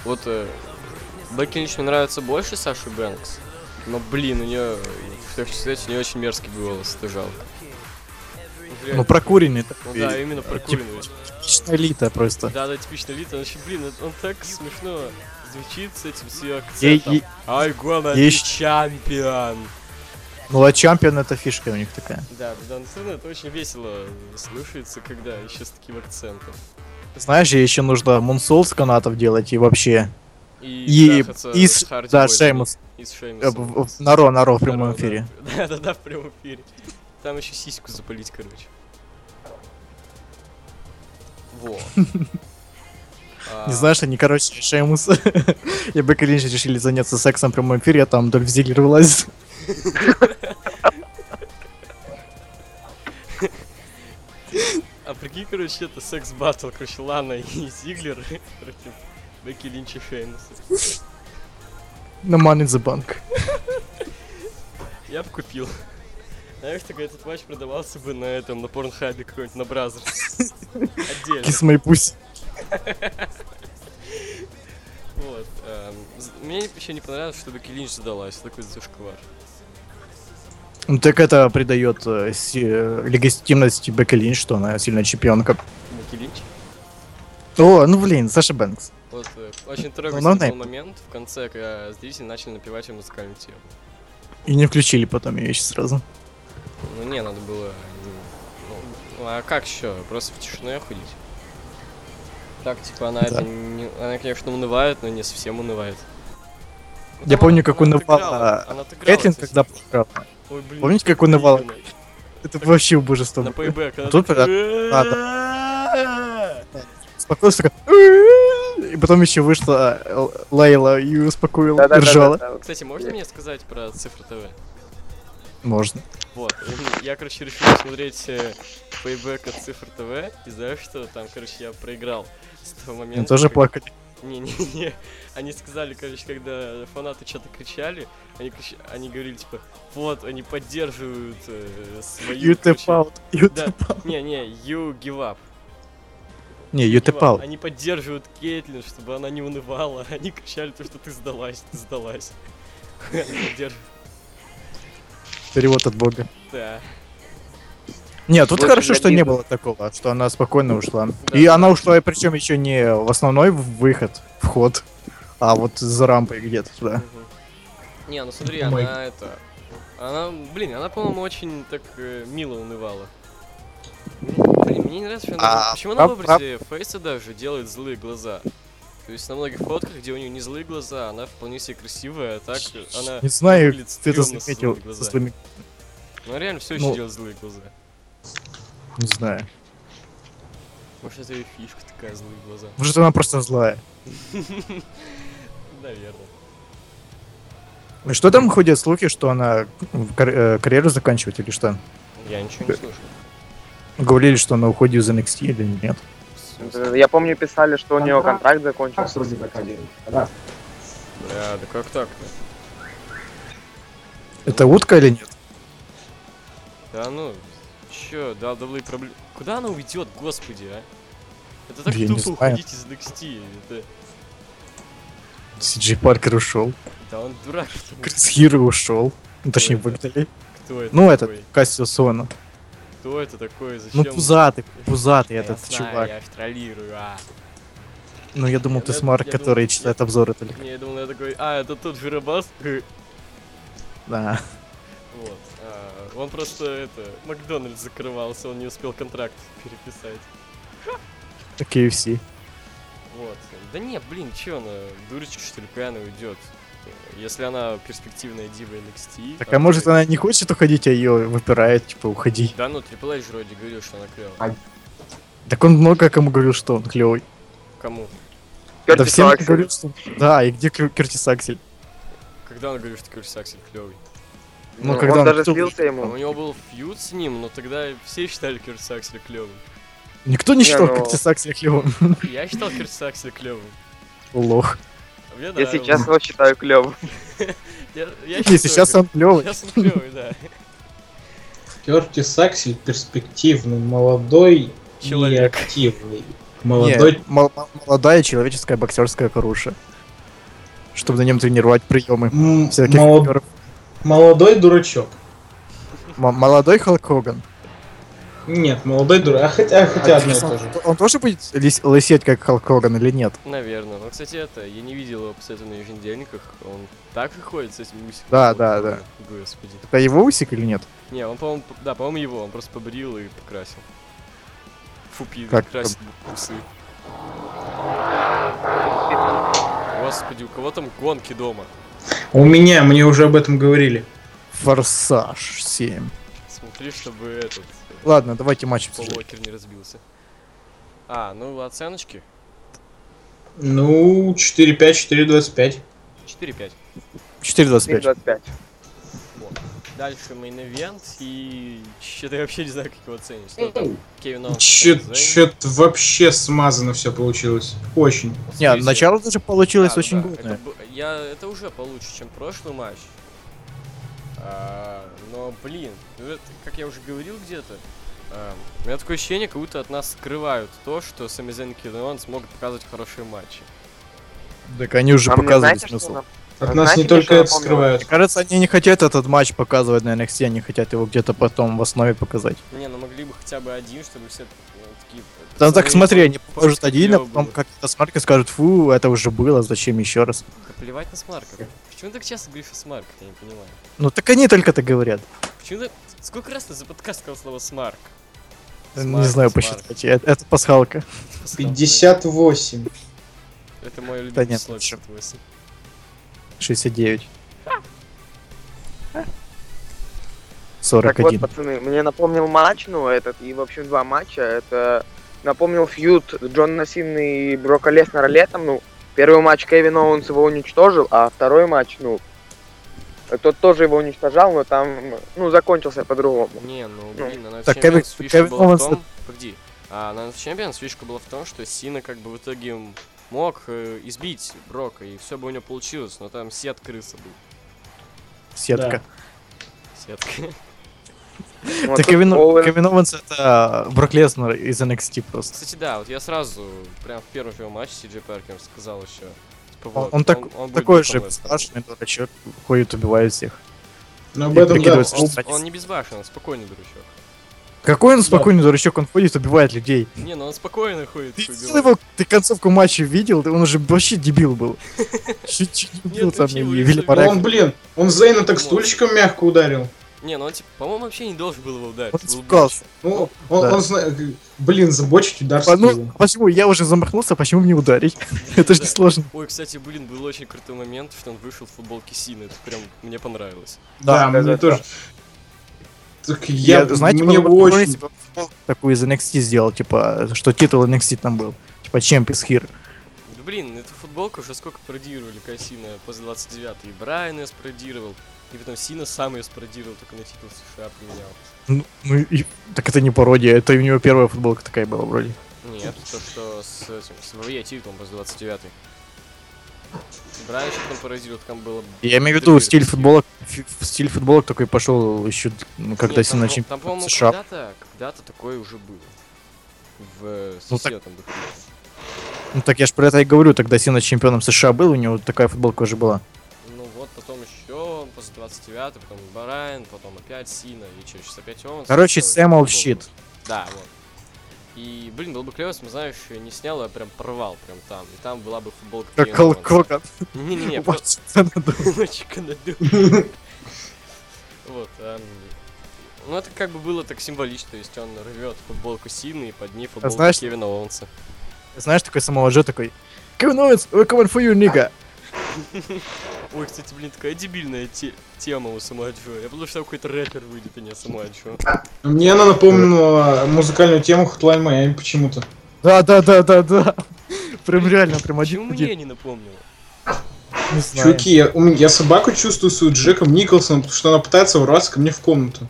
вот э, Бекки Линч мне нравится больше Саши Бэнкс. Но, блин, у нее, в том числе, у нее очень мерзкий голос, это жалко.
Ну, прокуренный.
Ну
такой.
да, именно про
типа,
Кулина.
Типичная элита просто.
Да, да, типично Лита, он еще, блин, он- он так смешно звучит с этим ее
Ей-
акцентом.
ей-
I gonna
ей
be
щ-
champion.
Ну, а чемпион это фишка у них такая.
Да, Дансен это очень весело слушается, когда еще с таким акцентом.
Знаешь, ей еще нужно мунсол с канатов делать и вообще.
И,
И,
трахаться
и
с
с-
Харди
да,
Бойзом.
Шеймус.
И с
э,
Шеймусом.
в- в- Наро, Наро в прямом
Здорово,
эфире.
Да, <laughs> да, да, в прямом эфире. Там еще сиську запалить, короче.
<laughs>
Во. А,
Не знаешь, они, короче, Шеймус <laughs> и Бекки Линч решили заняться сексом в прямом эфире, а там Дольф Зиглер вылазит.
А прикинь, короче, это секс баттл, короче, Лана и Зиглер <laughs> против Бекки Линча Шеймуса.
На Money in the Bank.
Я бы купил. <laughs> Знаешь, такой этот матч продавался бы на этом, на порнхабе какой-нибудь, на Бразер.
<laughs>
Отдельно.
Kiss my pussy.
Вот. эм, з- Мне еще не понравилось, что Бекки Линч сдалась. Такой зашквар.
Ну, так это придает э, си- э, легитимности Бекки Линч, что она сильная чемпионка.
Бекки Линч.
О, ну блин, Саша Бэнкс.
Вот э, очень
Ну,
трогательный
нонейм.
был момент в конце, когда зрители начали напевать её музыкальную тему.
И не включили потом ее еще сразу.
Ну не, надо было... м, Ну, ну, а как еще? Просто в тишине ходить? Так, типа, она это
Да.
не- Она, конечно, унывает, но не совсем унывает. Ну,
Я
там
помню,
она-
как
она
унывала
отыграла, она отыграла
Кэтлин,
это
когда
всё.
проиграла.
Ой, блин,
Помните, как унывала?
блин,
Это вообще убожество.
На пейбэк. она
Тут
такая,
а,
«Э,
Успокоилась такая... И потом еще вышла э, Лейла и успокоила, и ржала.
Да-да-да.
Кстати, можно мне сказать про цифры ТВ?
Можно.
Вот, я, короче, решил смотреть э, пейбэк от цифр ТВ, и знаешь что, там, короче, я проиграл с того
Мы
момента.
тоже
как-
плакали.
Не-не-не. Они сказали, короче, когда фанаты что-то кричали, они, крич- они говорили, типа, вот, они поддерживают э, свою...
You tap
короче,
out. You
Да.
tap out.
Не-не, you give up.
Не, you tap
Give up.
out.
Они поддерживают Кейтлин, чтобы она не унывала. <laughs> Они кричали то, что ты сдалась, ты сдалась. <laughs> Они поддерживают.
Перевод от бога.
Да.
Не, тут
Больше
хорошо,
я
что
не
не
знаю.
было такого, что она спокойно ушла.
Да.
И она ушла, и причем еще не в основной выход, вход, а вот за рампой где-то туда.
Мгм. Не, ну смотри,
Ой.
она это... Она, блин, она, по-моему, очень так э, мило унывала. Блин, мне не нравится, что она...
А,
Почему она в
прав- прав.
образе Фейса даже делает злые глаза? То есть на многих фотках, где у нее не злые глаза, она вполне себе красивая, а так э, она...
Не знаю,
выглядит
ты это
стрёмно со
заметил
злыми
со
глазами.
злыми-
Ну, реально все еще
Ну.
делает злые глаза.
Не знаю.
Может, это ее фишка такая, злые глаза.
Может, она просто злая.
Наверное.
И Что там ходят слухи, что она в кар- э, карьеру заканчивает или что?
Я ничего не
Э.
слышал.
Говорили, что она уходит из NXT или нет.
В смысле?
Да, Я помню, писали, что у нее контракт
Так,
закончился.
вроде как один. Да.
Бля, да как так-то?
Это утка или нет?
Да ну, чё, WWE проблем... Куда она уйдет, господи, а? Это так
Я не
тупо
знаю.
уходить из NXT. Это...
Сиджи Паркер ушел.
Да он дурак, что ли?
Крис Хиро ушел. Ну, точнее,
это?
выгнали.
кто это
Ну,
такой?
этот, Кассио Сона.
Кто это такой, зачем?
Ну, пузатый, пузатый
Да я
этот
знаю,
чувак.
я троллирую, а.
Ну, я думал,
Я
ты
думал-
смарк,
я
который
думал-
читает обзоры только.
Не, я думал, я такой, а, это тот жиробас? Хы. <laughs>
Да. <laughs>
Вот. а, он просто, это, Макдональдс закрывался, он не успел контракт переписать.
KFC.
Вот. Да нет, блин, че она, дурочка, что ли, пьяная уйдет? Если она перспективная дива NXT...
Так, а
там
может,
будет-
она не хочет уходить, а ее выпирает, типа, уходи.
Да ну, Triple H вроде говорил, что она клевая.
Так он много кому говорил, что он клевый.
Кому?
Да
Кёртис
всем
Аксель.
говорил, что... Да, и где Крю- Кертис Аксель?
Когда он говорил, что Курс Аксель клевый?
Ну,
Ну,
когда
он
он
даже
кто-
слился
У
ему.
него был фьюд с ним, но тогда все считали Курс Аксель клевым.
Никто не
Не,
считал
ну-
Кертис Акселя клевым.
Я считал Курс Аксель клевым.
<laughs> Лох.
А Мне
Я
нравилось.
сейчас его считаю клевым.
Я, я
И сейчас он клевый.
Сейчас он клевый, да.
Кертис Аксель перспективный, молодой
Человек.
и активный.
Не,
Молодой
мол- молодая человеческая боксерская хорошая. Чтобы на нем тренировать приемы.
м,
Всяких
мало-
актеров.
молодой дурачок.
М- молодой Халк Хоган.
Нет, молодой дурак. А хотя, а хотя одно и то же.
Он, он тоже будет лис- лысеть, как Халк Хоган, или нет?
<laughs> Наверное. Ну, кстати, это, я не видел его после этого на еженедельниках. Он так и ходит с этим усиком.
Да,
Вот,
да,
ну,
да.
Господи.
Это его усик или нет?
Не, он, по-моему, п- да, по-моему, его. Он просто побрил и покрасил. Фупи,
Как
красит усы. Господи, у кого там гонки дома?
У меня, мне уже об этом говорили.
Форсаж 7.
Смотри, чтобы этот э,
Ладно, давайте матч
Пол
обсуждать.
Уокер не разбился. А, ну оценочки.
Ну, 4-5, 4-25.
4-5.
4.25.
25.
Дальше мейн-эвент, и что-то я вообще не знаю, как его оценить. Что там?
Эй,
Кевин Оуэнс,
Чё-
Сэмми Зейн.
Чё-то вообще смазано все получилось. Очень.
Не, а
Смотрите,
начало даже
да,
получилось
да,
очень
да,
гудное.
это бу- я, это уже получше, чем прошлый матч. А, но, блин, ну это, как я уже говорил где-то, а, у меня такое ощущение, как будто от нас скрывают то, что Сэмми Зейн и Кевин Оуэнс могут показывать хорошие матчи.
Так они уже
А мне
показывали
знаете, что
смысл.
нам-
От
А
нас
знаете,
не
мне
только
что
это
напомнило?
скрывают.
Кажется, они не хотят этот матч показывать на NXT, они хотят его где-то потом в основе показать.
Не, ну могли бы хотя бы один, чтобы все ну, такие...
Да, так
пацаны,
смотри, они
пацаны,
покажут один, а
клёво
потом
было.
как-то с Марка скажут, фу, это уже было, зачем еще раз?
Да плевать на Смарков. Почему ты так часто говоришь о Смарках, я не понимаю.
Ну так они только так говорят.
Почему ты... Сколько раз ты за подкаст сказал слово «смарк»?
не
Смарк,
знаю,
смарк.
посчитать. Э- Это, пасхалка.
Сказал,
58.
да. Это мое
Да
любимое
нет,
слово.
лучше.
58.
69.
Так вот,
41.
пацаны, мне напомнил матч, ну, этот, и, в общем, два матча. Это напомнил фьюд Джона Сины и Брока Леснера летом. Ну, первый матч Кевин Оуэнс его уничтожил, а второй матч, ну, тот тоже его уничтожал, но там, ну, закончился по-другому.
Не, ну
Ну.
блин, она
Так, Кевин-
Champions фишка
Кевин
была в
Оуэнс-
том... Погоди. А на Champions фишка была в том, что Сина как бы в итоге м- мог э, избить Брока, и все бы у него получилось, но там сет крыса был.
Сетка.
Сетка.
Ну, а тут
Так Кевин,
Оуэн-
Кевин Оуэнс это Брок Леснер из NXT просто.
Кстати, да, вот я сразу, прям в первом его матче Си Джей Паркер сказал еще. Типа,
Он,
вот,
он так,
будет
такой
Броком
же
Леснером.
страшный дурачок, ходит, убивает всех.
Но об
И
этом да.
прикидывается,
Он,
что садится.
он не безбашен, он спокойный дурачок.
Какой он
Да.
спокойный дурачок, он ходит, убивает людей.
Не, ну он спокойно ходит.
Ты
хуй
видел
белый.
его, ты концовку матча видел, Ты- он уже вообще
<laughs>
дебил был. Чуть чуть не убил
Нет,
там
вообще
и
его
Вилли
не
Ну,
Порядок.
Он,
Парак.
блин, он Зейна так стульчиком мягко ударил.
Не, ну он типа, по-моему, вообще не должен был его ударить.
Он
был бы
испугался.
Ну, он,
Да.
он зна- блин, забочить удар
А ну,
стулом.
почему? Я уже замахнулся, почему мне ударить? <laughs> Это же
Да.
не сложно.
Ой, кстати, блин, был очень крутой момент, что он вышел в футболке Сины. Это прям мне понравилось.
Да,
Да,
мне
да,
тоже. Так я,
Я, знаете,
мне
было бы прикольно,
очень...
если бы футболку такую из NXT сделал, типа, что титул NXT там был. Типа, Champions Here.
Да блин, эту футболку уже сколько пародировали, как Сина после 29 И Брайан ее спародировал, и потом Сина сам ее спародировал, только на титул США применял.
Ну, ну и, так это не пародия, это у него первая футболка такая была вроде.
Нет, то, что с этим, с ВВЕ титулом после 29 Раньше там паразитов там было...
Я имею в виду,
Теперь-
стиль футбола, фи- стиль футболок такой пошел еще, ну, когда
Нет,
все
там, по-
начали
Там, по-моему,
США.
когда-то, когда-то такое уже было. В
Ну,
СССР
так-
там дохуя.
Ну так я же про это и говорю, тогда Сина чемпионом США был, у него такая футболка уже была.
Ну вот, потом еще, после 29 потом Барайн, потом опять Сина, и че, сейчас опять он.
Короче,
Сначала
Сэмл
футбол.
щит.
Да, вот. И, блин, было бы клево, если бы, знаешь, не снял, а прям порвал прям там. И там была бы футболка.
Как
Кевина Рональда.
колкока. <laughs>
Не-не-не, просто Ночка надул. Вот. эм, Ну, это как бы было так символично, то есть он рвет футболку Сины и под ней футболку
знаешь-
Кевина Оуэнса.
Знаешь, такой самого же такой. Кевин Оуэнс, we're coming for you, nigga.
Ой, кстати, блин, такая дебильная те- тема у Самаджо. Я подумал, что там какой-то рэпер выйдет, а не Самаджо.
Мне она напомнила музыкальную тему Hotline Miami почему-то.
Да, да, да, да, да. <laughs> Прям реально, прям
Почему
один.
мне не напомнило?
Не знаю.
Чуваки, я, у меня- я собаку чувствую с Джеком Николсоном, потому что она пытается ворваться ко мне в комнату.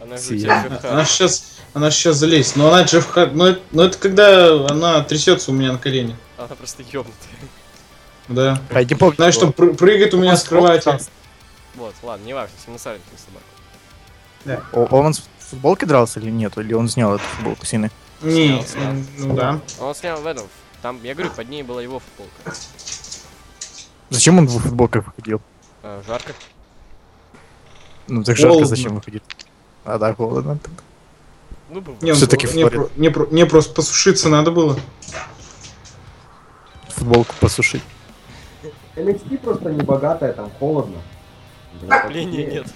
Она же у
Сия.
тебя
Она-
в
Она сейчас, она сейчас залезет. Но она Джефф Хар... Но, это- но это когда она трясется у меня на коленях.
Она просто ёбнутая.
Да.
А, не помню.
Знаешь, что пры- прыгает у меня с кровати.
Вот, ладно, не важно, с собаку.
О- Оуэнс в футболке дрался или нет? Или он снял эту футболку Сины?
Не,
Снял,
м, ну да.
Он снял в этом. Там, я говорю, под ней была его футболка.
Зачем он в футболках выходил?
Э, Жарко.
Ну так жарко
Холодно.
зачем выходить? А да, холодно.
Ну, бывает. <laughs>
Не, ну,
Всё-таки
мне,
Флорида.
про- мне про- мне просто посушиться надо было.
Футболку посушить.
NXT просто не богатая, там холодно.
Линии нет.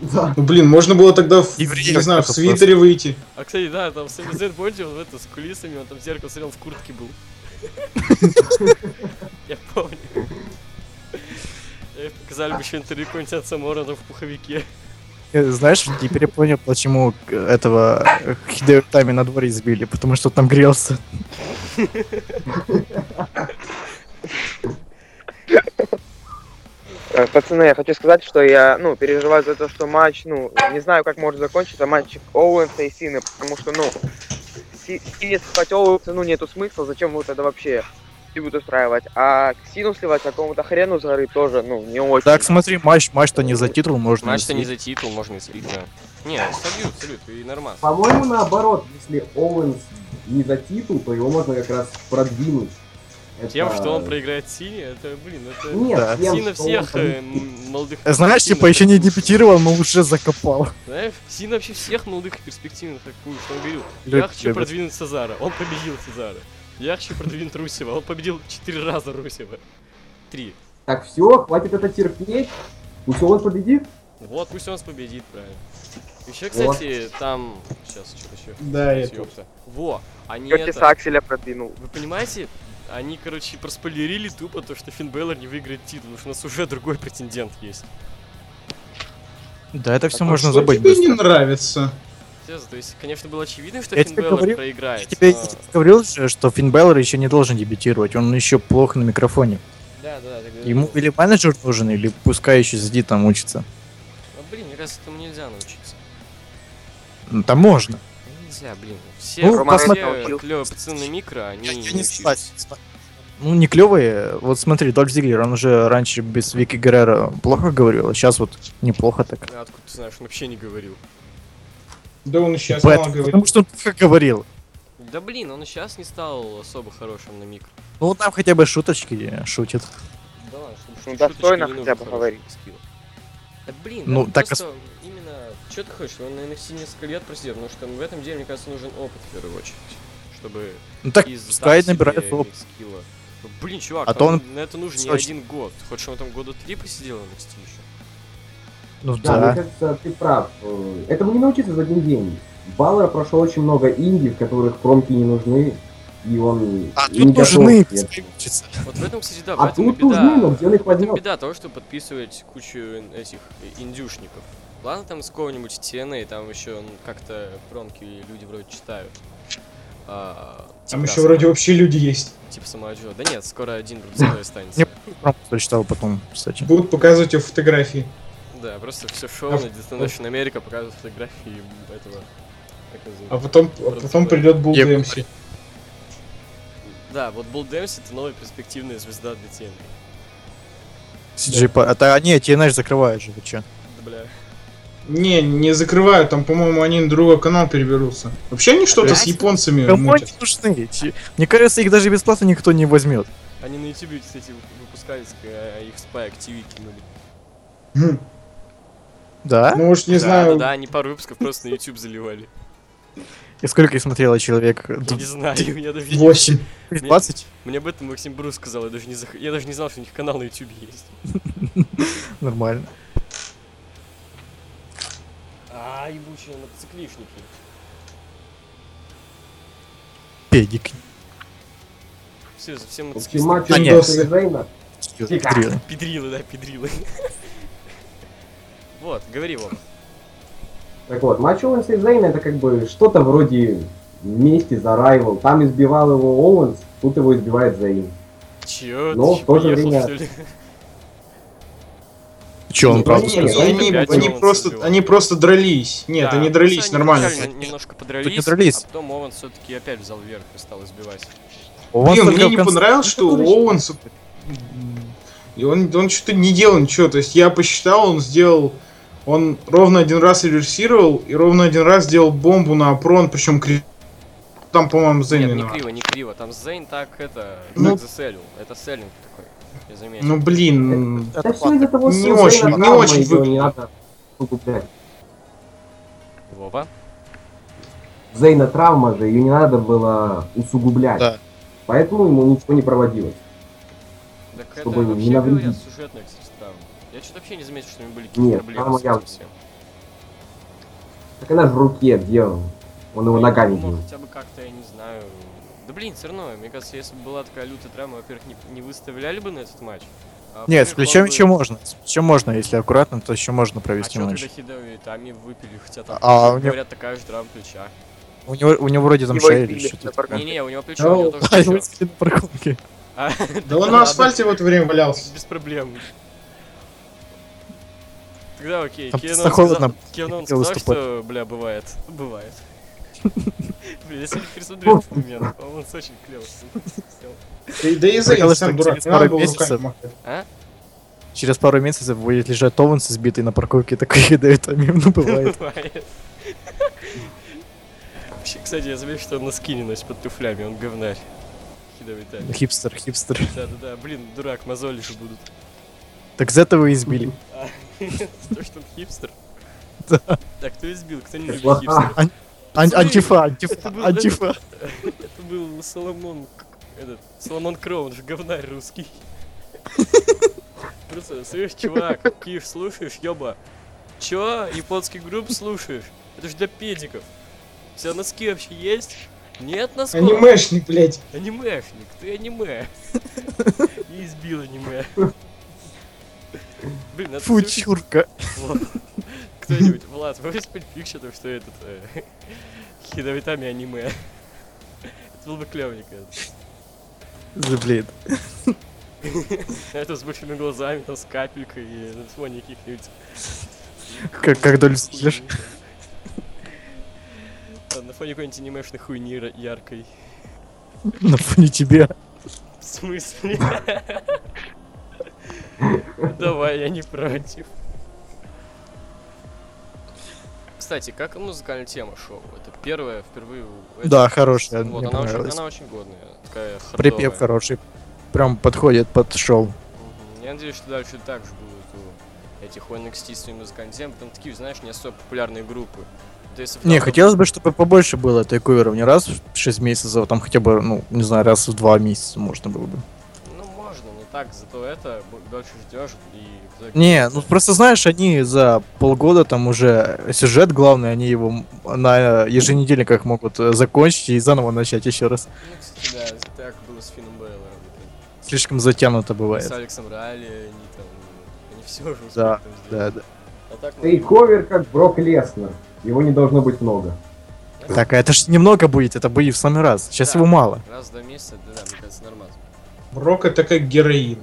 Да.
Ну блин, можно было тогда, в,
И в
не
реликах
знаю, в
это
свитере выйти.
А, кстати, да, там Сэмми Зейн, помните, он в это, с кулисами, он там в зеркало смотрел, в куртке был. <laughs> Я помню. Э, Показали бы еще интервью какой-нибудь отца Морона в пуховике.
Э, Знаешь, теперь я понял, почему э, этого э, Хидео Тами на дворе избили, потому что он там грелся.
Э, Пацаны, я хочу сказать, что я, ну, переживаю за то, что матч, ну, не знаю, как может закончиться матч Оуэнса и Сины, потому что, ну, Си- Сине сливать Оуэнса, ну, нету смысла, зачем вот это вообще дебют устраивать, а к Сину сливать какому-то хрену с горы тоже, ну, не очень.
Так, смотри, матч, матч-то не за титул, можно.
Матч-то не
и-
за титул, можно и слить, да. Не, салют, салют, и нормас.
По-моему, наоборот, если Оуэнс не за титул, то его можно как раз продвинуть. Это-
Тем, что он проиграет Сине, это, блин, это...
Нет,
Да.
тем,
Сина
что он
всех э,
победит.
м, молодых...
Э, Знаешь, типа еще не депетировал, но уже закопал.
Знаешь, Сина вообще всех молодых и перспективных атакует. Он говорил, я
Люди
хочу
любят.
продвинуть Сезара. Он победил Сезара. Я хочу продвинуть Русева. Он победил четыре раза Русева. Три.
Так все, хватит это терпеть. Пусть он победит.
Вот, пусть он победит, правильно. Еще,
Вот.
кстати, там... Сейчас, что еще?
Да, это.
Ёпта. Во, они
Кертиса
это...
Акселя продвинул.
Вы понимаете, они, короче, проспойлерили тупо то, что Финн Бэлор не выиграет титул, потому что у нас уже другой претендент есть.
Да, это все
А
можно
что
забыть.
Тебе не
быстро.
нравится.
Серьезно, то есть, конечно, было очевидно, что
Я
Финн
тебе
Бэлор
говорил, Я
проиграет.
тебе
но-
говорил, же, что Финн Бэлор еще не должен дебютировать, он еще плохо на микрофоне.
Да, да, да. так и
Ему
было.
или менеджер нужен, или пускай еще сидит там учится.
Ну, блин, мне кажется, этому нельзя научиться.
Ну, там можно.
Нельзя, блин. Все,
Ну,
посмотри.
все клевые пацаны на микро, они учились.
Ну, не клевые. Вот смотри, Дольф Зиглер, он уже раньше без Вики Геррера плохо говорил, а сейчас вот неплохо так.
А Откуда ты знаешь, он вообще не говорил.
Да он сейчас
Поэтому-
мало говорит.
потому что он плохо говорил.
Да блин, он и сейчас не стал особо хорошим на микро.
Ну, вот там хотя бы шуточки шутит.
Да ладно, чтобы
Ну,
шуточки
достойно
не
хотя
нужно
бы
хорошего
говорить.
скилла. Да блин,
Ну,
да
так
просто именно, что ты хочешь, он на NFC несколько лет просидел, потому что в этом деле, мне кажется, нужен опыт в первую очередь, чтобы
Ну так,
из
пускай
так
набирает
себе
опыт.
скилла. Ну, Блин, чувак,
А
там
то он
на это нужен не
очень-
один год. Хочешь, он там года три посидел на NXT еще?
Ну
Да,
да.
мне кажется, ты прав. Э, Этому не научиться за один день. Баллар прошел очень много инди, в которых промки не нужны, и он
А
не
тут
готов
нужны
к этому.
учиться.
Вот в этом, кстати, да, в
А
этом и
тут
беда.
нужны, но где он их
В этом
возьмет?
беда того, что подписывать кучу ин- этих э, индюшников. Ладно, там с кого-нибудь тены, и там еще ну, как-то промки люди вроде читают. А,
Там
типа,
еще
да,
вроде вообще люди есть.
Типа самоаджо. Да нет, скоро один брудской останется.
Нет. Просто прочитал потом, кстати.
Будут показывать его фотографии.
Да, просто все шоу на Destination Америка показывают фотографии этого. как его зовут?
А потом, а потом придет Булл
Я-
Дэмси.
Да, вот Болл Дэмси это новая перспективная звезда для TNA.
CG, по- это они, эти знаешь, закрывают же, вы чё?
Да, бля.
Не, не закрывают, там, по-моему, они на другой канал переберутся. Вообще они что-то с японцами
Кому они
мутят.
нужны? Чё? Мне кажется, их даже бесплатно никто не возьмет.
Они на YouTube, кстати, выпускались, э, их Spike TV кинули.
Хм.
Да?
Ну уж не
да,
знаю.
Да, да, они пару выпусков просто на YouTube заливали.
И сколько их смотрело человек?
Я не знаю, я даже не-
8.
20?
Мне об этом Максим Брус сказал, я даже не зах- я даже не знал, что у них канал на YouTube есть.
Нормально.
А, ебучие мотоциклишники.
Педик.
Все, за всем
В общем,
мотоциклистами.
матч
А, нет.
Уилса и Зейна.
Серьёзно.
Педрилы, да, педрилы. <laughs> Вот, говори вам.
Так вот, матч Оуэнса и Зейна это как бы что-то вроде вместе за райвел. Там избивал его Оуэнс, тут его избивает Зейн.
Чё,
Ну,
Но
ты
в
чё,
то же
поехал,
время-
что ли?
Че, он
Ну,
правда
Нет,
сказал?
конечно.
они,
Опять
они
Оуэнс
просто,
убил.
они просто дрались. Нет,
Да,
они
просто
дрались нормально.
изначально Немножко подрались,
не дрались.
а потом Оуэн все-таки опять взял вверх и стал избивать.
Он
Блин,
только
мне
в
не
конце-
понравилось, что
Ну,
Оуэнс... И он, он что-то не делал ничего. То есть я посчитал, он сделал... Он ровно один раз реверсировал и ровно один раз сделал бомбу на прон, причем кри... Там, по-моему, Зейн
Нет, не
виноват.
криво, не криво. Там Зейн так это
Ну.
так заселил. Это селлинг такой. Я заметил.
<laughs>
Ну, блин...
это
Да все из-за того,
Не
что у
очень-
Зейна
не
травма,
очень
и его не
выглядит.
надо усугублять.
Вова.
Зейна травма же, ее не надо было усугублять.
Да.
Поэтому ему ничего не проводилось.
Так
Чтобы
это
не
вообще
навредить.
говорят сюжетная, кстати, травма. Я что-то вообще не заметил, что у него были
Нет,
какие-то проблемы
травма
с
явно.
этим всем.
Так она же в руке, где он? Он его ногами
Ну,
бил.
хотя бы как-то, я не знаю. Да блин, все равно, мне кажется, если бы была такая лютая травма, во-первых, не, не выставляли бы на этот матч. а
Нет, с
во-вторых,
плечом
он бы-
еще можно. С плечом можно, если аккуратно, то еще можно
А
провести
что тогда
матч.
Хидео и Тами выпили, хотя там,
А, у него-
говорят, такая же травма плеча.
У него, у него вроде там
Его
шея или
избили на
что-то.
парковке.
Не-не, у него плечо,
Ну,
у него
Да,
тоже
<laughs> А, его
плечо.
избили на парковке.
А,
Да он
ладно,
на асфальте в это время валялся.
Без проблем. Тогда окей,
Там
Кевин
просто
Оуэнс
холодно.
сказал- Кевин Оуэнс
Хотел
сказал, что, бля, бывает.
<laughs>
Бывает. Блин, я сегодня пересмотрел этот момент. Оуэнс очень клево сделал.
Да, и- да и Зейн
Приколы,
сам
что
дурак,
через
не надо
пару
было
месяцев-
руками махать.
А?
Через пару месяцев будет лежать Оуэнс избитый на парковке, такой да это а мимо
<laughs>
бывает.
Бывает. Вообще, кстати, я заметил, что он носки не носит под туфлями, он говнарь. Кидовый так.
Хипстер, хипстер.
Да-да-да, блин, дурак, мозоли же будут. <laughs>
Так за этого и избили.
То, что он хипстер.
Да.
Так, кто избил? Кто не любит
Лоха.
хипстеров?
Ан-
Пацаны,
Антифа, антифа,
это было-
антифа.
Это был Соломон... к- Этот, Соломон Кроу, он же говнарь русский. Просто, слышь, чувак, Киев слушаешь, ёба. Чё, японский групп слушаешь? Это же для педиков. У тебя носки вообще есть? Нет носков?
Анимешник, блядь.
Анимешник, ты аниме. И избил аниме. Блин, надо
Фу,
слушать.
чурка.
Влад, Кто-нибудь, Влад, вы из то что этот э, <laughs> хидовитами аниме. Это было бы клевненько.
Да, Блин.
Это с большими глазами, там с капелькой и на фоне каких-нибудь.
Как, как долю слышишь?
Да, На фоне какой-нибудь анимешной хуйни ра- яркой.
<laughs> На фоне тебя.
В смысле? Давай, я не против. Кстати, как и музыкальная тема шоу? Это первая впервые у этого-
Да, хорошая,
Вот,
мне
она очень,
понравилась.
она очень годная, такая хардовая.
Припев хороший. Прям подходит под шоу.
Мгм. Я надеюсь, что дальше так же будут у этих у NXT с своими музыкальными темами. Там такие, знаешь, не особо популярные группы. То есть,
Не,
там-
хотелось бы, чтобы побольше было этой куверов. Не раз в 6 месяцев, а там хотя бы, ну, не знаю, раз в 2 месяца можно было бы.
Ну, можно, но так, зато это бо- дольше ждешь и... в итоге-
Не, ну просто знаешь, они за полгода там уже сюжет главный, они его м- на еженедельниках могут э, закончить и заново начать еще раз.
Ну, кстати, да, так было с Финном Бейлором. например.
Слишком затянуто
С
бывает.
Алексом Ралли, они там... Они все уже успели
Да,
там сделать.
Да, да.
А так, ну,
Тейковер как Брок Леснер. Его не должно быть много.
Так, а это ж немного будет, это будет в самый раз. Сейчас
Да.
его мало.
раз в два месяца, да, да, мне кажется, нормально.
Рок это как героин.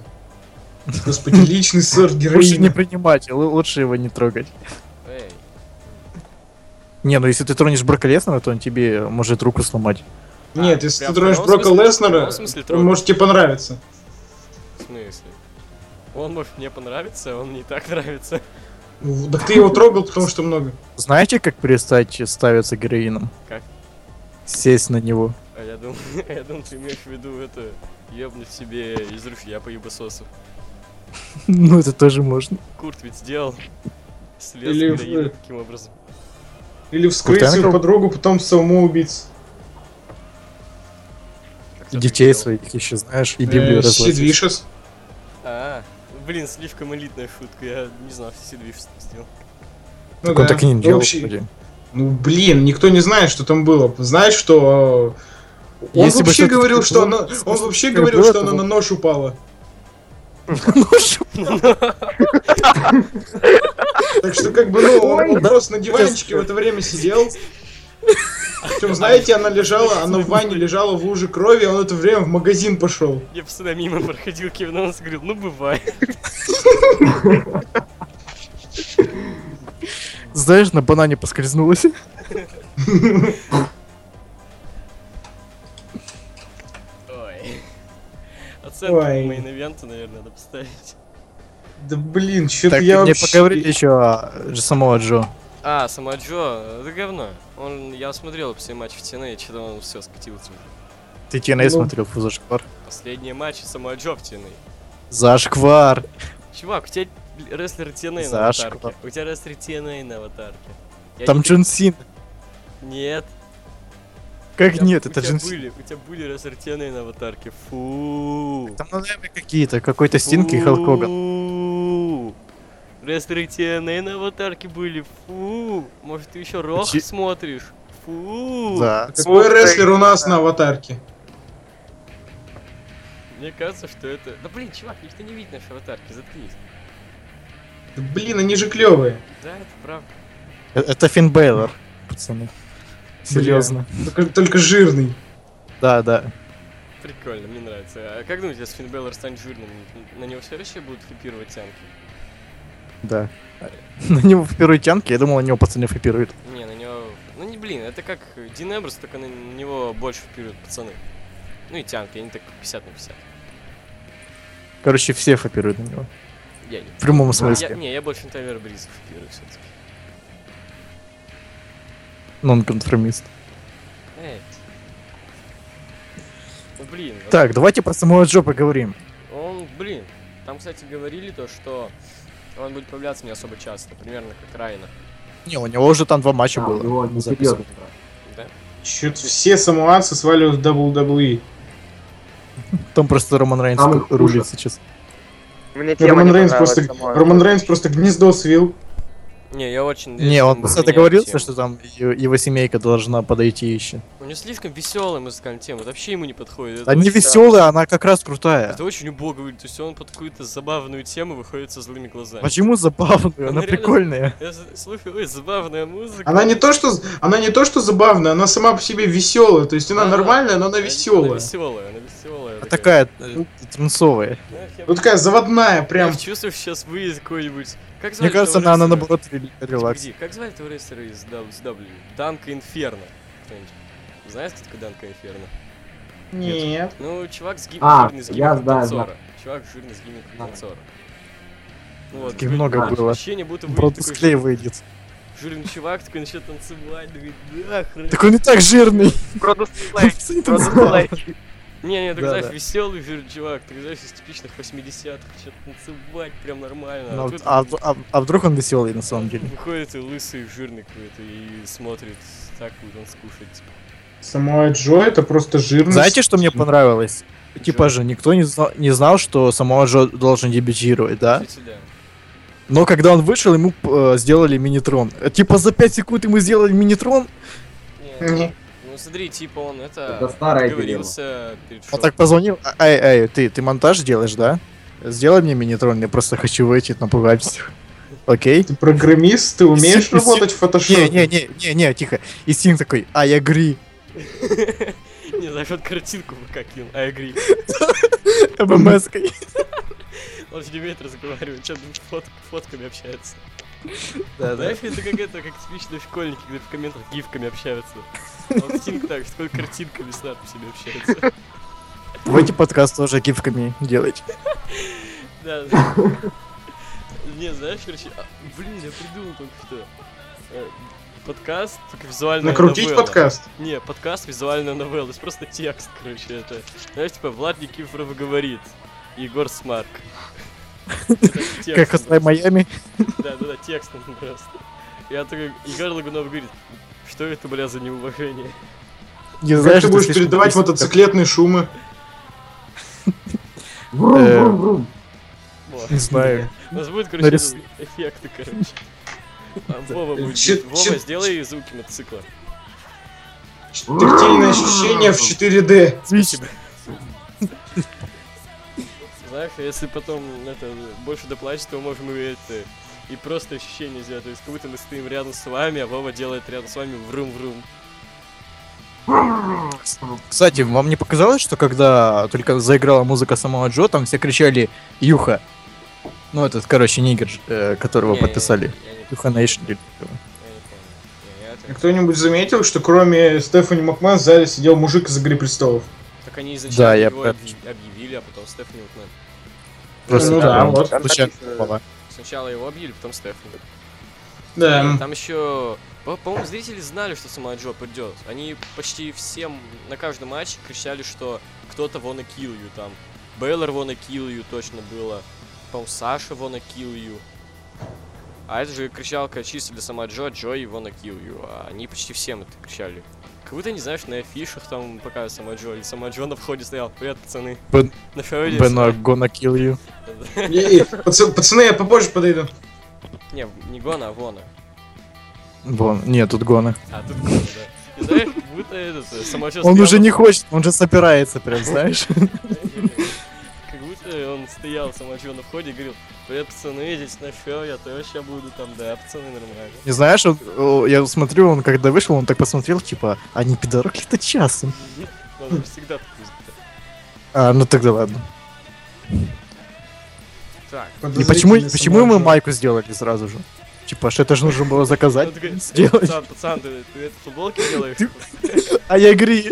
Господи, личный сорт
Лучше не
героина.
принимать, л- лучше его не трогать.
Эй,
Не, ну если ты тронешь Брака Леснера, то он тебе может руку сломать.
Нет, если
прям
ты
в
тронешь
прямом
Брока
смысле? В
Леснера,
прямом смысле
он
тронешь?
может тебе понравиться.
В смысле? Он, может, мне понравится, а он не так нравится.
В- Так ты его трогал, потому что много.
Знаете, как перестать ставиться к героинам?
Как?
Сесть на него. <laughs>
А я думал, <laughs> я думал, ты имеешь в виду это, ебнуть себе из ружья по ебасосу.
Ну, это тоже можно.
Курт ведь сделал. Слез
Или в-
героина таким образом.
Или вскрыть
Куртенко?
свою подругу, потом самоубийц.
Как это
И детей
сделал?
своих еще, знаешь, и Библию
Э,
разложить.
Сидвишес.
А, блин, слишком элитная шутка, я не знал, что Сидвиш сделал.
Ну
Так он
да.
так и не
Ну,
делал,
вообще,
блин.
Ну блин, никто не знает, что там было. Знает, что э, он
Если бы
вообще
что-то
говорил,
такое было,
что она, он вообще
такое
говорил,
было,
что
то
она на
было. <laughs>
нож упала. Ну, Так что как бы ну он просто на диванчике в это время сидел. Причем, знаете, она лежала, она в ванне лежала в луже крови, а он это время в магазин пошел.
Я всегда мимо проходил, кивнул, говорил, ну бывает.
Знаешь, на банане
<laughs>
поскользнулась.
Ой. Оценку
Ой.
мейн-ивента, наверное, надо поставить.
Да блин, что-то
Так,
я
мне
вообще...
поговорить еще о Дж- самого Джо.
А, сама Джо, это говно. Он, я смотрел все матчи в TNA, и что-то он все скатился уже.
Ты TNA
Ну.
смотрел, фу, за шквар.
Последние матчи сама Джо в TNA.
За шквар.
Чувак, у тебя рестлер TNA на
Сашка.
аватарке. У тебя рестлер TNA на аватарке. Я
Там
не-
Джон Син.
Нет.
<laughs> Как
у тебя-
нет, это
у тебя
Джон Син.
были, У тебя были рестлер TNA на аватарке. Фу.
Там, наверное, какие-то, какой-то Стинг и Халк Хоган.
Фу. Рестлеры TNA на аватарке были. Фу. Может, ты еще Рох
Чи-
смотришь? Фу.
Да.
Какой рестлер у нас на аватарке?
Мне кажется, что это... Да блин, чувак, никто не видит наши аватарки, заткнись.
Да блин, они же клевые.
Да, это правда.
Э- Это Финн Бейлор, пацаны. Серьезно.
Только, Ну, только жирный.
Да, да.
Прикольно, мне нравится. А как думаете, если Финн Бэлор станет жирным, на него все еще будут фипировать тянки?
Да. На него в первой тянке, я думал, на него пацаны фипируют.
Не, на него... Ну, не, блин, это как Дин Эмбрус, только на него больше вперед пацаны. Ну и тянки, они так 50 на 50.
Короче, все фипируют на него.
Я не...
В прямом
Я,
смысле.
не, я больше на Тайлера Бриза впирую все-таки.
Нон-конформист.
Эй. Э. Ну, блин, вот
Так, давайте про самого Джо поговорим.
он, блин, там, кстати, говорили то, что он будет появляться не особо часто, примерно как Райна.
Не, у него уже там два матча
Да, у
было.
него не
записано.
серьезно.
Да?
Чё-то все самуанцы сваливают в WWE.
Там просто Роман Рейнс
Там
ру- рулит
хуже.
сейчас.
Мне тема
Роман
не
Рейнс
понравилась
просто,
сама.
Роман Рейнс просто гнездо свил.
Не, я очень надеюсь,
Не,
что
он просто
поменяет
договорился,
тему.
что там е- его семейка должна подойти еще.
У него слишком веселая музыкальная тема, это вообще ему не подходит. Это
Они
очень-
веселые, она как раз крутая.
Это очень убого выглядит, то есть он под какую-то забавную тему выходит со злыми глазами.
Почему забавная? Она
Она реально-
прикольная.
Я с- слушаю, ой, забавная музыка.
Она не то, что, она не то, что забавная, она сама по себе веселая. То есть она
Да.
нормальная, но она
Она
веселая.
веселая, она веселая.
Она такая э, трансовая.
знаешь, я-
Вот такая заводная
я
прям.
чувствую, сейчас выйдет какой-нибудь... Как звали
Мне кажется,
того
она, она
рестлера?
наоборот рел- релакс.
Погоди, как звали этого рестлера из W? Данка Инферно. Кто-нибудь? Знаешь, кто такой Данка Инферно?
Нет.
Ну, чувак с гим...
А,
жирный с
я
гиммиком
знаю,
танцора. Чувак жирный с гиммиком
Да.
танцора. Ну вот,
Таких много
А,
было.
Ощущение, будто
Он
выйдет такой
Потусклее выйдет.
жирный чувак, такой начнет танцевать, говорит, да, хрен.
Так он и так жирный.
Продус
Он
Слейд,
<laughs> пацан там
Продус
забавный.
Слейд.
Не, не, ты
Да,
знаешь,
да.
веселый жирный чувак, ты знаешь, из типичных 80-х, что-то танцевать прям нормально.
Ну,
тут
А а- а вдруг он веселый на самом деле?
<laughs> Выходит и лысый, жирный какой-то, и смотрит, так будет он скушать. типа.
Самуа Джо это просто жирность.
Знаете, что
ну,
мне понравилось?
Чё?
Типа же, никто не знал, не знал, что самого Джо должен дебютировать, да?
Кстати, да.
Но когда он вышел, ему э, сделали мини-трон. Э, Типа за 5 секунд ему сделали мини-трон,
Не,
Мгм.
Ну смотри, типа он это...
Это старая
Говорился перед
он
шоу.
так позвонил. а- Ай, ай, ты, ты монтаж делаешь, да? Сделай мне мини-трон, я просто хочу выйти, напугать всех. Окей?
Ты программист, ты умеешь
Си- си-
работать в
Не,
фотошопе?
не, не, не, не, тихо. И Стинг такой, а я
<laughs>
гри.
<laughs> Не знаю, вот а, картинку бы каким, I agree.
ММС-кой.
Он же не умеет разговаривать, что фотками <laughs> общается. Знаешь, это как это, как типичные школьники, когда в комментах гифками общаются. Он Кинг так, с такой картинками с надписями общается.
Давайте подкаст тоже гифками делать.
Да. Не, знаешь, короче, а, блин, я придумал только что. Э, Подкаст, только визуальная
Накрутить
новелла.
подкаст.
Не, подкаст, визуальная новелла, это просто текст, короче, это. Знаешь, типа, Влад Никифоров говорит, Егор Смарк. Это текст.
Как Хастай Майами.
Да, да, да, текстом <laughs> просто. Я такой, Егор Лагунов говорит, что это, бля, за неуважение?
Не
Как
знаешь, это
ты будешь
слишком
передавать
близко.
мотоциклетные шумы?
Врум,
Э,
врум, врум.
Вот.
Не знаю.
У нас будет, короче,
Нарис-
этот эффекты, короче. А Вова будет.
Чит-
Вова,
чит-
сделай звуки мотоцикла.
Тактильные ощущения в 4D.
Свич.
Знаешь, а если потом это, больше доплачет, то мы можем и это... И просто ощущение сделать. То есть как будто мы стоим рядом с вами, а Вова делает рядом с вами врум-врум.
Кстати, вам не показалось, что когда только заиграла музыка самого Джо, там все кричали «Юха». Ну, этот, короче, нигер, э, которого
Не,
подписали.
Я, я не
Юха Нейшн. или как его.
я не помню. Я- я это-
А Кто-нибудь заметил, что кроме Стефани Макман в зале сидел мужик из «Игры престолов»?
Так они
Да,
изначально
я
его
про-
объ- объявили, а потом Стефани вот ну, на-
Просто
Ну да,
прям
вот. Ну,
Там
случайно
написано.
попало.
Сначала его объявили, потом Стефани.
Да.
Э, Там еще, по- по-моему, зрители знали, что сама Джо придет. Они почти всем на каждом матче кричали, что кто-то вон и kill you там. Бейлор вон и kill you точно было. По-моему, Саша вон и kill you. А это же кричалка чисто для сама Джо, Джо и вон и kill you. А они почти всем это кричали. Как будто, не знаешь, на афишах там показывают сама Джо, или сама Джо на входе стоял. Привет, пацаны.
Бен-
На входе
Бен, I gonna kill you.
Эй, пац- Пацаны, я попозже подойду.
Не, не Гона, а Вона.
Вон, нет, тут гона.
А, тут Гона, да. И знаешь, как будто этот э, самочет
Он
стоял
уже
на
не хочет, он же собирается прям, знаешь?
Как будто он стоял самочу на входе и говорил, привет, пацаны, здесь на фё, я тоже сейчас буду там, да, пацаны, нормально.
<laughs> Не знаешь, он- о, я смотрю, он когда вышел, он так посмотрел, типа, а не пидорок ли это часом?
Он же всегда так пиздит.
А, ну тогда ладно.
Так,
И почему, почему ему майку сделали сразу же? Типа, что это же нужно было
он
заказать,
такой,
сделать.
пацан, пацан, ты, ты это футболки делаешь?
А я игры.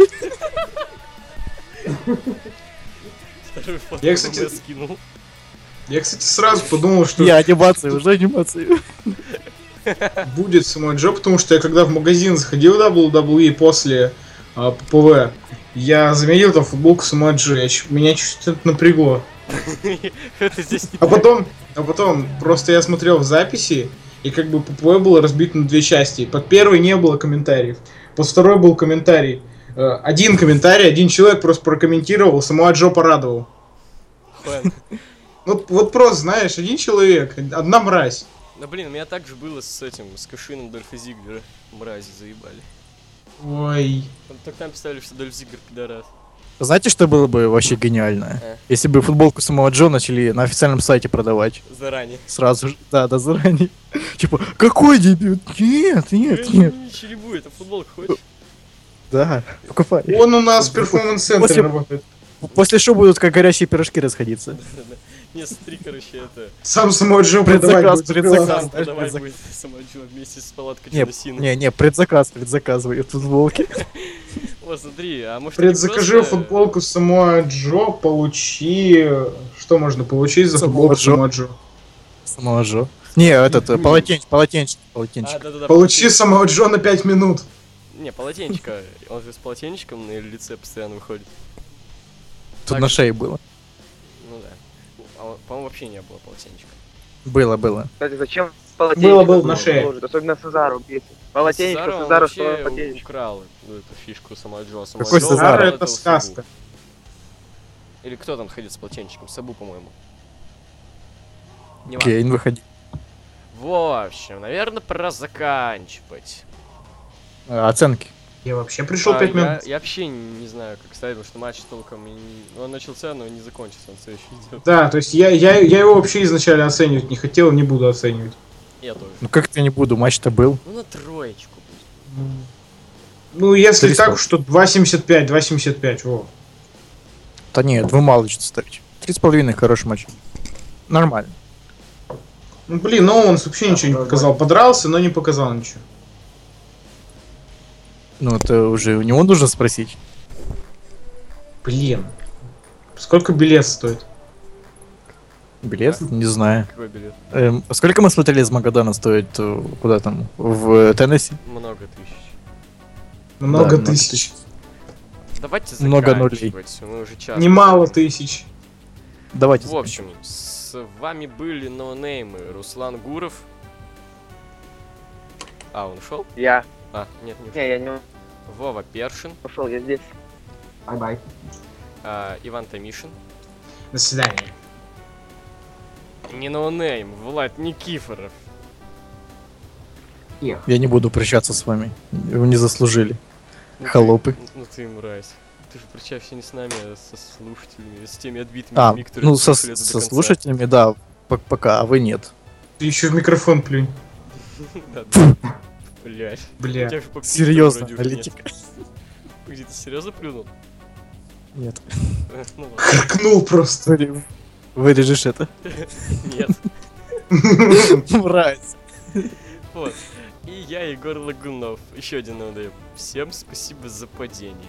Вторую фотку
Я, кстати,
мне скинул. <laughs>
Я, кстати, сразу подумал,
<laughs>
что
Я анимации, уже анимации.
будет самой Джо, потому что я когда в магазин заходил WWE после а, ППВ, я заметил там футболку самой Джо, я чё- меня чуть это напрягло.
Это здесь не
А потом, а потом, просто я смотрел в записи, и как бы ППВ было разбито на две части. Под первой не было комментариев, под второй был комментарий. Э, Один комментарий, один человек просто прокомментировал, самого Джо порадовал.
хуйно.
Вот, вот просто, знаешь, один человек, одна мразь.
Да блин, у меня так же было с этим, с Кашином Дольфа Зиглера. Мрази заебали.
Ой.
Там- Только там писали, что Дольф Зиглер пидорас.
Знаете, что было бы вообще
Э.
гениально? Если бы футболку самого Джо начали на официальном сайте продавать.
Заранее.
Сразу же, да, да, заранее. <laughs> Типа, какой дебют? Нет, нет, нет.
Э, Черебу, это футболка хочешь?
Да, покупай.
Он у нас в перформанс-центре
После-
работает.
После шоу будут как горячие пирожки расходиться.
Да-да. Не, смотри, короче, это...
Сам самой Джо
Предзаказ,
продавать будет.
предзаказ.
Класс.
Сам
знаешь,
продавать
предзак-
будет самочу вместе с палаткой
Не,
Джерсина.
не, не, предзаказ, предзаказываю футболки.
Вот смотри, а может они
Предзакажи
просто-
футболку самого Джо, получи... э, Что можно получить за
Самого
футболку
Джо.
самого Джо?
Самого Джо. Не, этот, э, полотенч, полотенчик,
А,
полотенчик.
да-да-да,
Получи самого Джо на 5 минут.
полотен- Не, полотенчика. Он же с полотенчиком на лице постоянно выходит.
Тут на шее было.
Ну да. А, вот, по-моему, вообще не было полотенчика.
Было, было.
Кстати, зачем полотенечко?
Было, было,
нужно
на шее.
ложить? Особенно Сезару бесит. Полотенечко,
Сезаро, он
Сезару, что
вообще
полотенечко.
украл ну, эту фишку самоджо.
Какой Сезаро?
Сара это сказка.
Или кто там ходит с полотенчиком? Сабу, по-моему. Не
Кейн выходи.
В общем, наверное, пора заканчивать.
А, Оценки.
Я вообще пришел
А,
5
я,
минут.
я вообще не знаю, как ставить, потому что матч толком и не... Он начался, но не закончится, он следующий идет.
Да, то есть я, я, я его вообще изначально оценивать не хотел, не буду оценивать.
Я тоже.
Ну как-то не буду, матч-то был.
Ну на троечку пусть.
Ну, если
Триста.
так, что 2.75, 2.75, во.
Да нет, вы мало что ставите. Три с половиной хороший матч. Нормально.
Ну, блин, но он вообще ничего не показал. Подрался, но не показал ничего.
Ну, это уже у него нужно спросить.
Блин. Сколько билет стоит?
Билет? Не знаю.
Какой билет?
Эм, сколько мы смотрели из Магадана стоит э, куда там? В э, Теннесси?
Много тысяч.
Много
много
тысяч.
Давайте
Много
заканчивать, мы уже час.
Немало тысяч.
Давайте.
В общем, с вами были ноунеймы Руслан Гуров. А, он ушел?
Я.
А, нет, не ушел.
Не, я не
Вова Першин,
ушел, я здесь.
Бай-бай.
а, Иван Томишин.
До свидания.
Не ноунейм, Влад Никифоров.
Эх.
Я не буду прощаться с вами. Вы не заслужили.
Ну ты-
Холопы.
Ну ты мразь. Ты же прощаешься не с нами, а со слушателями, с теми отбитыми
А,
людьми, которые
ну, со,
слушали это до
со
конца.
слушателями, да, п- пока, а вы нет.
Ты еще в микрофон плюнь.
Да, да. Блядь. У
Бля.
тебя же по пизде
Серьезно,
вроде уже нет.
аналитик.
Где ты серьезно плюнул?
Нет.
Э, Ну ладно.
Кркнул просто.
Вы-
<laughs>
Вырежешь это.
Нет.
Мразь.
Вот. И я, Егор Лагунов. Еще один надо. Всем спасибо за падение.